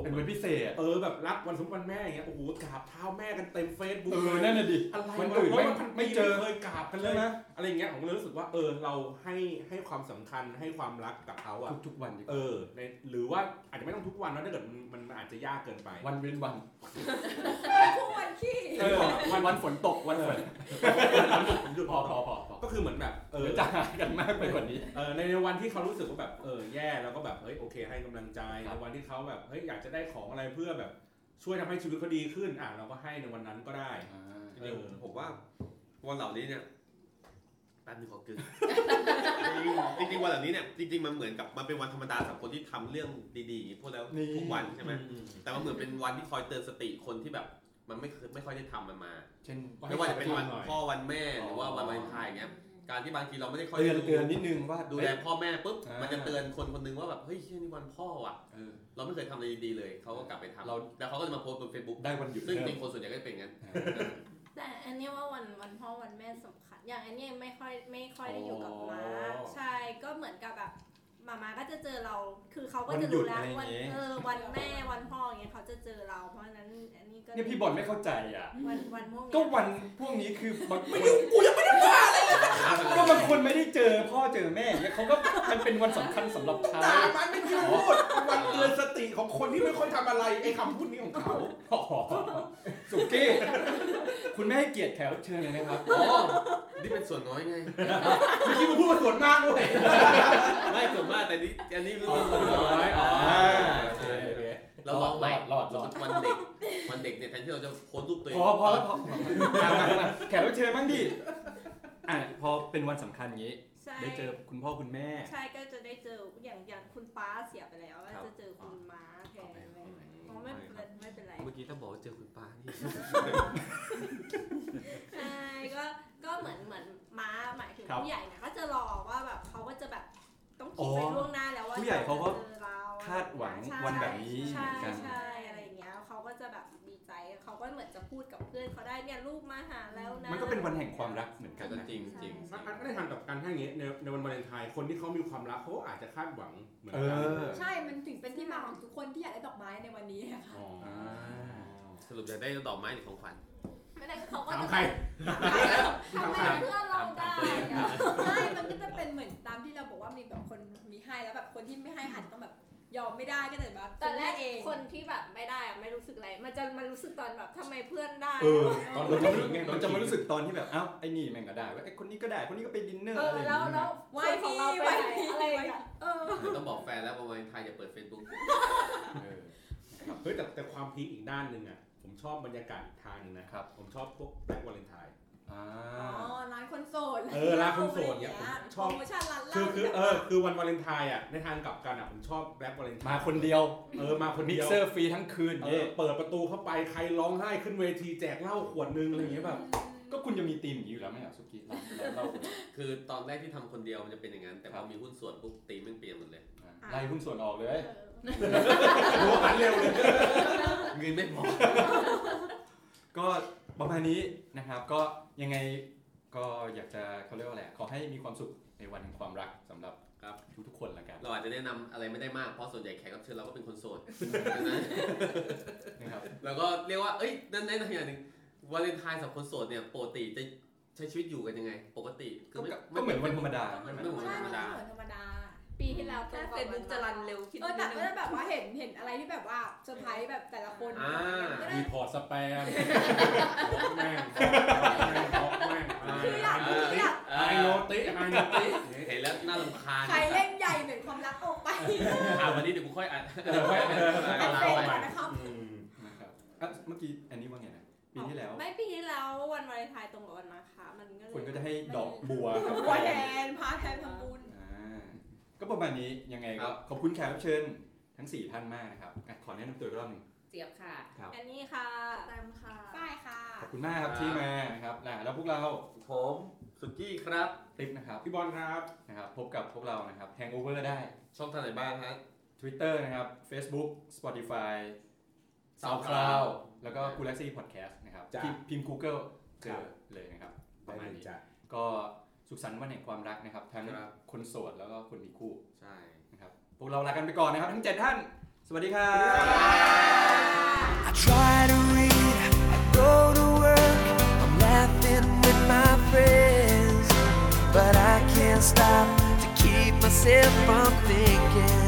S1: ำเป็นวันพิเศษ
S3: เออแบบรักวันสมมุติวันแม่อย่างเงี้ยโอ้โหกราบเท้าแม่กันเต็มเฟซบุ๊ก
S1: เออนั่นน่ะดิ
S3: อะไร
S1: คน
S3: วะ
S1: อื่น
S3: ร้ย
S1: ไม่
S3: วันพันปี
S1: ไม่เจอ
S3: เคยกราบกันเล
S1: ใช่
S3: ย
S1: ไหม
S3: อะไรอย่างเงี้ยผมก็เลยรู้สึกว่าเออเราให้ให้ความสำคัญให้ความรักกับเขาอะ
S1: ทุกๆวันดีกว่า
S3: เออในหรือว่าอาจจะไม่ต้องทุกวันนะถ้าเกิดมันมันอาจจะยากเกินไป
S1: วันเว้นวัน
S4: ทุกวันขี้
S1: เออวันวันฝนตกวันฝน
S3: ผมหยุดพ
S1: พอ
S3: อ
S1: พอพอพอ
S3: ก็คือเหมือนแบบเออ
S1: เดี๋ยวจะหายกันมากไปกว่านี้
S3: เออในในวันที่เขารู้สึกว่าแบบเออแย่แล้วก็แบบเฮ้ยโอเค ให้กำลังใจ
S1: ครับ
S3: ในวันที่เขาแบบเฮ้ยอยากจะได้ของอะไรเพื่อแบบ ช่วยทำให้ชีวิตเขาดีขึ้นอ่ะเราก็ให้ในวันนั้นก็ได้
S2: เดี๋ยวผมว่าวันเหล่านี้เนี่ยแป๊บนึงขอกึ่งจริงๆจริงๆวันเหล่านี้เนี่ยจริงๆมันเหมือนกับมันเป็นวันธรรมดาสำหรับคนที่ทำเรื่องดีๆอย่างนี้พวกแล้ว
S1: นี่
S2: ทุกวันใช่ไหม
S3: อืม
S2: แต่มันเหมือนเป็นวันที่คอยเตือนสติคนที่แบบ มันไม่เคยไม่ค่อยได้ทำมันมา
S1: เช่น
S2: ไม่ว่าจะเป็นวัน
S3: หน่อย
S2: พ่อวันแม่หรือว่าวันวาเลนไทน์อย่างเงี้ยการที่บางทีเราไม่ได้ค่อย
S1: เตือน
S2: รู้
S1: เตือนนิดนึงว่า
S2: ดูแลพ่อแม่ปุ๊บ
S1: อ่ามั
S2: มันจะเตือนคนคนหนึงว่าแบบเฮ้ยเชี่ยนี่วันพ่ออ่ะ
S1: เออ
S2: เราไม่เคยทำอะไรดีๆเลยเขาก็กลับไปทำ
S1: เรา
S2: แล้วเขาก็จะมาโพสต์บนเฟซบุ๊ก
S1: ได้วันหยุด
S2: ซึ่ง
S1: เพิ่ม
S2: เป็นคนส่วนใหญ่ก็จะเป็นอย่างนั้น
S6: แต่อันเนี้ยว่าวันวันพ่อวันแม่สำคัญ อย่างอันเนี้ยไม่ค่อยไม่ค่อยได้อยู่กับม้าใช่ก็เหมือนกับแบบมาม่าก็จะเจอเรา คือเขาก็จะรู้แล้ววันเออวันแม่วันพ่ออย่างเงี้ยเขาจะเจอเรา เพราะฉะนั้นอันนี้ก็
S1: เนี่ยพี่บอลไม่เข้าใจอ่ะ
S6: วันวันพวกเนี้ย
S1: ก็วันพวกนี้คือบางคนก็บางคนไม่ได้เจอพ่อเจอแม่เนี่ยเขาก็มันเป็นวันสำคัญสำหรับเขา
S3: ตายมันไม่คิดพูดวันเตือนสติของคนที่ไม่ค่อยทำอะไรไอ้คำพูดนี้ของเขา
S1: อ๋อสุกี้ คุ คุณไม่ให้เกียรติแขกรับเชิญเลยนะครับ
S2: อ๋อนี่เป็นส่วนน้อยไง
S3: เมื่อกี้มึงพูดว่าส่วนมากด้วย
S2: ไม่ส่วนมากแต่นี่อันนี้มัน
S3: อ๋อ
S2: เป็น
S3: ส่ว
S2: ส่วน น
S3: น้อ
S2: น้อย ย
S3: อ๋อ
S2: อ่า
S3: โอเคโอเค
S2: เราลองใหม่
S7: หลอดหลอด
S2: วัน [LAUGHS] เด็กวันเด็กเนี่ยแทนที่เราจะโพสต์รูปตัวเอ
S1: พ
S2: ง
S1: อพอพอแขกรับเชิญบ้างดิอ่ะพอเป็นวันสำคัญอย่างนี้
S6: ใช่
S1: ได้เจอคุณพ่อคุณแม่
S6: ใช่ก็จะได้เจออย่างอย่างคุณป้าเสียไปแล้วก็จะเจอคุณม้าแทนอะไรอย่างเงี้ยอ๋อไม่เป็นไรไม่เป็นไร
S2: เมื่อกี้ถ้าบอกว่าเจอคุณป้านี่
S6: ใช่ก็ก็เหมือนเหมือนม้าหมายถึง
S1: ครับ
S6: ผู้ใหญ่เนี่ยก็จะรอว่าแบบเขาก็จะแบบต้อง
S1: อ๋อ
S6: คิดไว้ล่วงหน้าแล้วว่า
S1: ผู้ใหญ่เขาก็
S6: จะจอเร
S1: คาดหวัง
S6: ใช่
S1: วันแบบนี้
S6: ใช่
S1: เหมือนกัน
S6: ใช่อะไรอย่างเงี้ยเขาก็จะแบบดีใจเขาก็เหมือนจะพูดกับเพื่อนเขาได้เนี่ยลูกมาหาแล้วนะ
S1: มันก็เป็นวันแห่งความรักเหมือนกัน
S2: ก็
S1: นะ
S2: จริงจริง
S3: นักอันก็ได้ทำกับการถ้าอย่างนี้ในในวันวาเลนไทน์คนที่เขามีความรักเขาก็อาจจะคาดหวังเหมือน
S1: เอ
S3: กัน
S1: อ
S4: ใช่ มันถึงเป็นที่มาของทุกคนที่อยากได้ดอกไม้ในวันนี้อะค่ะ
S3: อ๋ออ่า
S2: สรุปอยากได้ดอกไม้หรือของขวัญ
S6: ไม่ได้เขาก็
S3: ถาม
S6: จะ
S3: ใคร
S6: ทำไมเพื่อนเราได้อะ
S4: ใช่ มันก็จะเป็นเหมือนตามที่เราบอกว่ามีแบบคนมีให้แล้วแบบคนที่ไม่ให้หันต้องแบบยอมไม่ได้ก็เลยแบบ
S6: ตอนแรก
S4: เอง
S6: คนที่แบบไม่ได้อะไม่รู้สึกอะไรมันจะมันรู้สึกตอนแบบทำไมเพื่อนได้
S1: เออ
S3: ตอน
S1: เราจะ
S3: น
S1: ไม่รู้ไงเราจะไม่รู้สึกตอนที่แบบ เอ้า ไอ้นี่แม่งก็ได้เว่าไอ้คนนี้ก็ได้ คนนี้ก็ไปดินเนอร์
S6: เอ
S1: อะ
S6: อ
S1: ไรอย่าง
S6: แล้ว
S1: เงี้ย
S6: แล้ว
S4: ไหว้
S6: วัยของ
S4: พี่ไห
S6: เราไป
S4: ว้
S6: ไหน
S4: พี่
S6: อะไรอย่างเงี้ย
S4: เออ
S2: ต้องบอกแฟนแล้วว่าวันวาเลนไทน์อย่าเปิดเฟซบุ๊ก
S1: เออ
S3: เฮ้ยแต่แต่ความพีคอีกด้านหนึ่งอ่ะผมชอบบรรยากาศอีกทางหนึงนะครับ ผมชอบพวกแบล็กวาเลนไทน์
S1: อ่า
S4: อ๋อ ร้านคนโสด
S3: เออร้านคนโสดเนี่ยผมชอบ
S4: โปรโมชั่นร้านเหล้า
S3: คือคือ
S4: แบบ
S3: เออคือวันวาเลนไทน์อ่ะในทางกลับกันอ่ะผมชอบแบล็กวาเลนไทน์
S1: มาคนเดียว
S3: เออมาคน
S1: มิก
S3: เดียว
S1: เซอร์ฟรีทั้งคืน
S3: เออ
S1: เย้
S3: เปิดประตูเข้าไปใครร้องไห้ขึ้นเวทีแจกเหล้าขวดนึงอะไรอย่างเงี้ยแบบ
S1: ก็คุณจะมีธีมอย่างนี้อยู่แล้วไหมอ่ะสุกี้เราเรา
S2: คือตอนแรกที่ทำคนเดียวมันจะเป็นอย่างนั้น แต่พอมีหุ้นส่วนปุ๊บตีมมันเปลี่ยนหมดเลย
S1: ไล่หุ้นส่วนออกเลย
S3: หัวหันเร็วเลย
S2: เงินไม่พอ
S1: ก็ประมาณนี้นะครับ ก็ยังไงก็อยากจะเขาเรียกว่าอะไรอ่ะขอให้มีความสุขในวันแห่งความรักสำหรับ
S2: ครับ
S1: ทุกๆคนละกัน
S2: เราอาจจะแนะนำอะไรไม่ได้มาก เพราะส่วนใหญ่แขกรับเชิญเราก็เป็นคนโส
S3: [LAUGHS]
S2: ดดังนั้น
S1: นะครับ
S2: เราก็เรียกว่า เอ้ย นั่นนั่นอย่างหนึ่งวาเลนไทน์สำหรับคนโสดเนี่ยปกติจะใช้ชีวิตอยู่กันยังไง ปกติคื
S1: ก็
S2: อไม่
S1: ก็เหมือนวันธรรมดาใช่ไหม
S2: ไม่เหมือน
S4: ใช่
S2: ธรรม
S4: มัน
S2: ดา
S4: เหมือนธรรมดา
S6: ปีที่แล้ว
S5: แค่เฟซบุ๊กจะรันเร็วคิด
S4: เออแต่ก็จะแบบว่าเห็นเห็นอะไรที่แบบว่าเซอร์ไพรส์แบบแต่ละคน
S2: อ่า
S4: ก็ได้
S3: มีพอร์ตสแปมบล็อกแม่งบล็อกแม่งบล็อก
S4: คืออยากรู้
S3: แม่งไอโนติไอโนติ
S2: เห็นแล้วน่ารำคาญ
S4: ใครเล่นใหญ่เหมือนความรักออกไป
S2: อ่ะวันนี้เดี๋ยวกูค่อยอ่าน
S3: เออไม่เออ
S4: แอ
S3: เอา
S4: น
S3: เราไป
S4: เฟนก่อนนะครับ
S3: อืม
S1: นะครับอ่ะเมื่อกี้อันนี้ว่าไงนะปีที่แล้ว
S6: ไม่ปีที่แล้ววันวาเลนไทน์ตรงกับวันมาคะมันก็เลย
S1: คุณก็จะให้ดอกบัวกับ
S4: บัวแทนพาแทนทำบุญ
S1: อ่าก็ประมาณนี้ยังไงก็ขอบคุณแขกรับเชิญทั้ง 4 ท่านมากนะครับอ่ะขอแนะนำตัวอีกรอบหนึ่ง
S7: เจี๊ยบค่ะ
S1: ครับ
S6: อันนี้ค่ะ
S5: ตามค่ะ
S4: ป้ายค่ะ
S1: ขอบคุณมากครับที่มานะครับนะแล้วพวกเรา
S2: ผมสุกี้ครับ
S1: ติ๊บนะครับ
S3: พี่บอลครับ
S1: นะครับพบกับพวกเรานะครับ Hangover ได้
S2: ช่องทางไหนบ้างฮะ
S1: Twitter นะครับ Facebook Spotify SoundCloud แล้วก็ Galaxy Podcast นะครับ
S3: จ้ะ
S1: พิมพ์พิมพ์ Google เจอเลยนะครับ
S3: ประมาณ
S1: ได้
S3: นี้
S1: เลย
S3: จ้ะ
S1: ก็สุขสันต์วันแห่งความรักนะครับทั้ง
S2: ครับ
S1: คนโสดแล้วก็คนมีคู่
S2: ใช่
S1: นะครับพวกเราลากันไปก่อนนะครับ ทั้ง 7 ท่าน สวัสดีครับ
S8: I try to read, I go to work, I'm laughing with my friends, but I can't stop to keep myself from thinking oh oh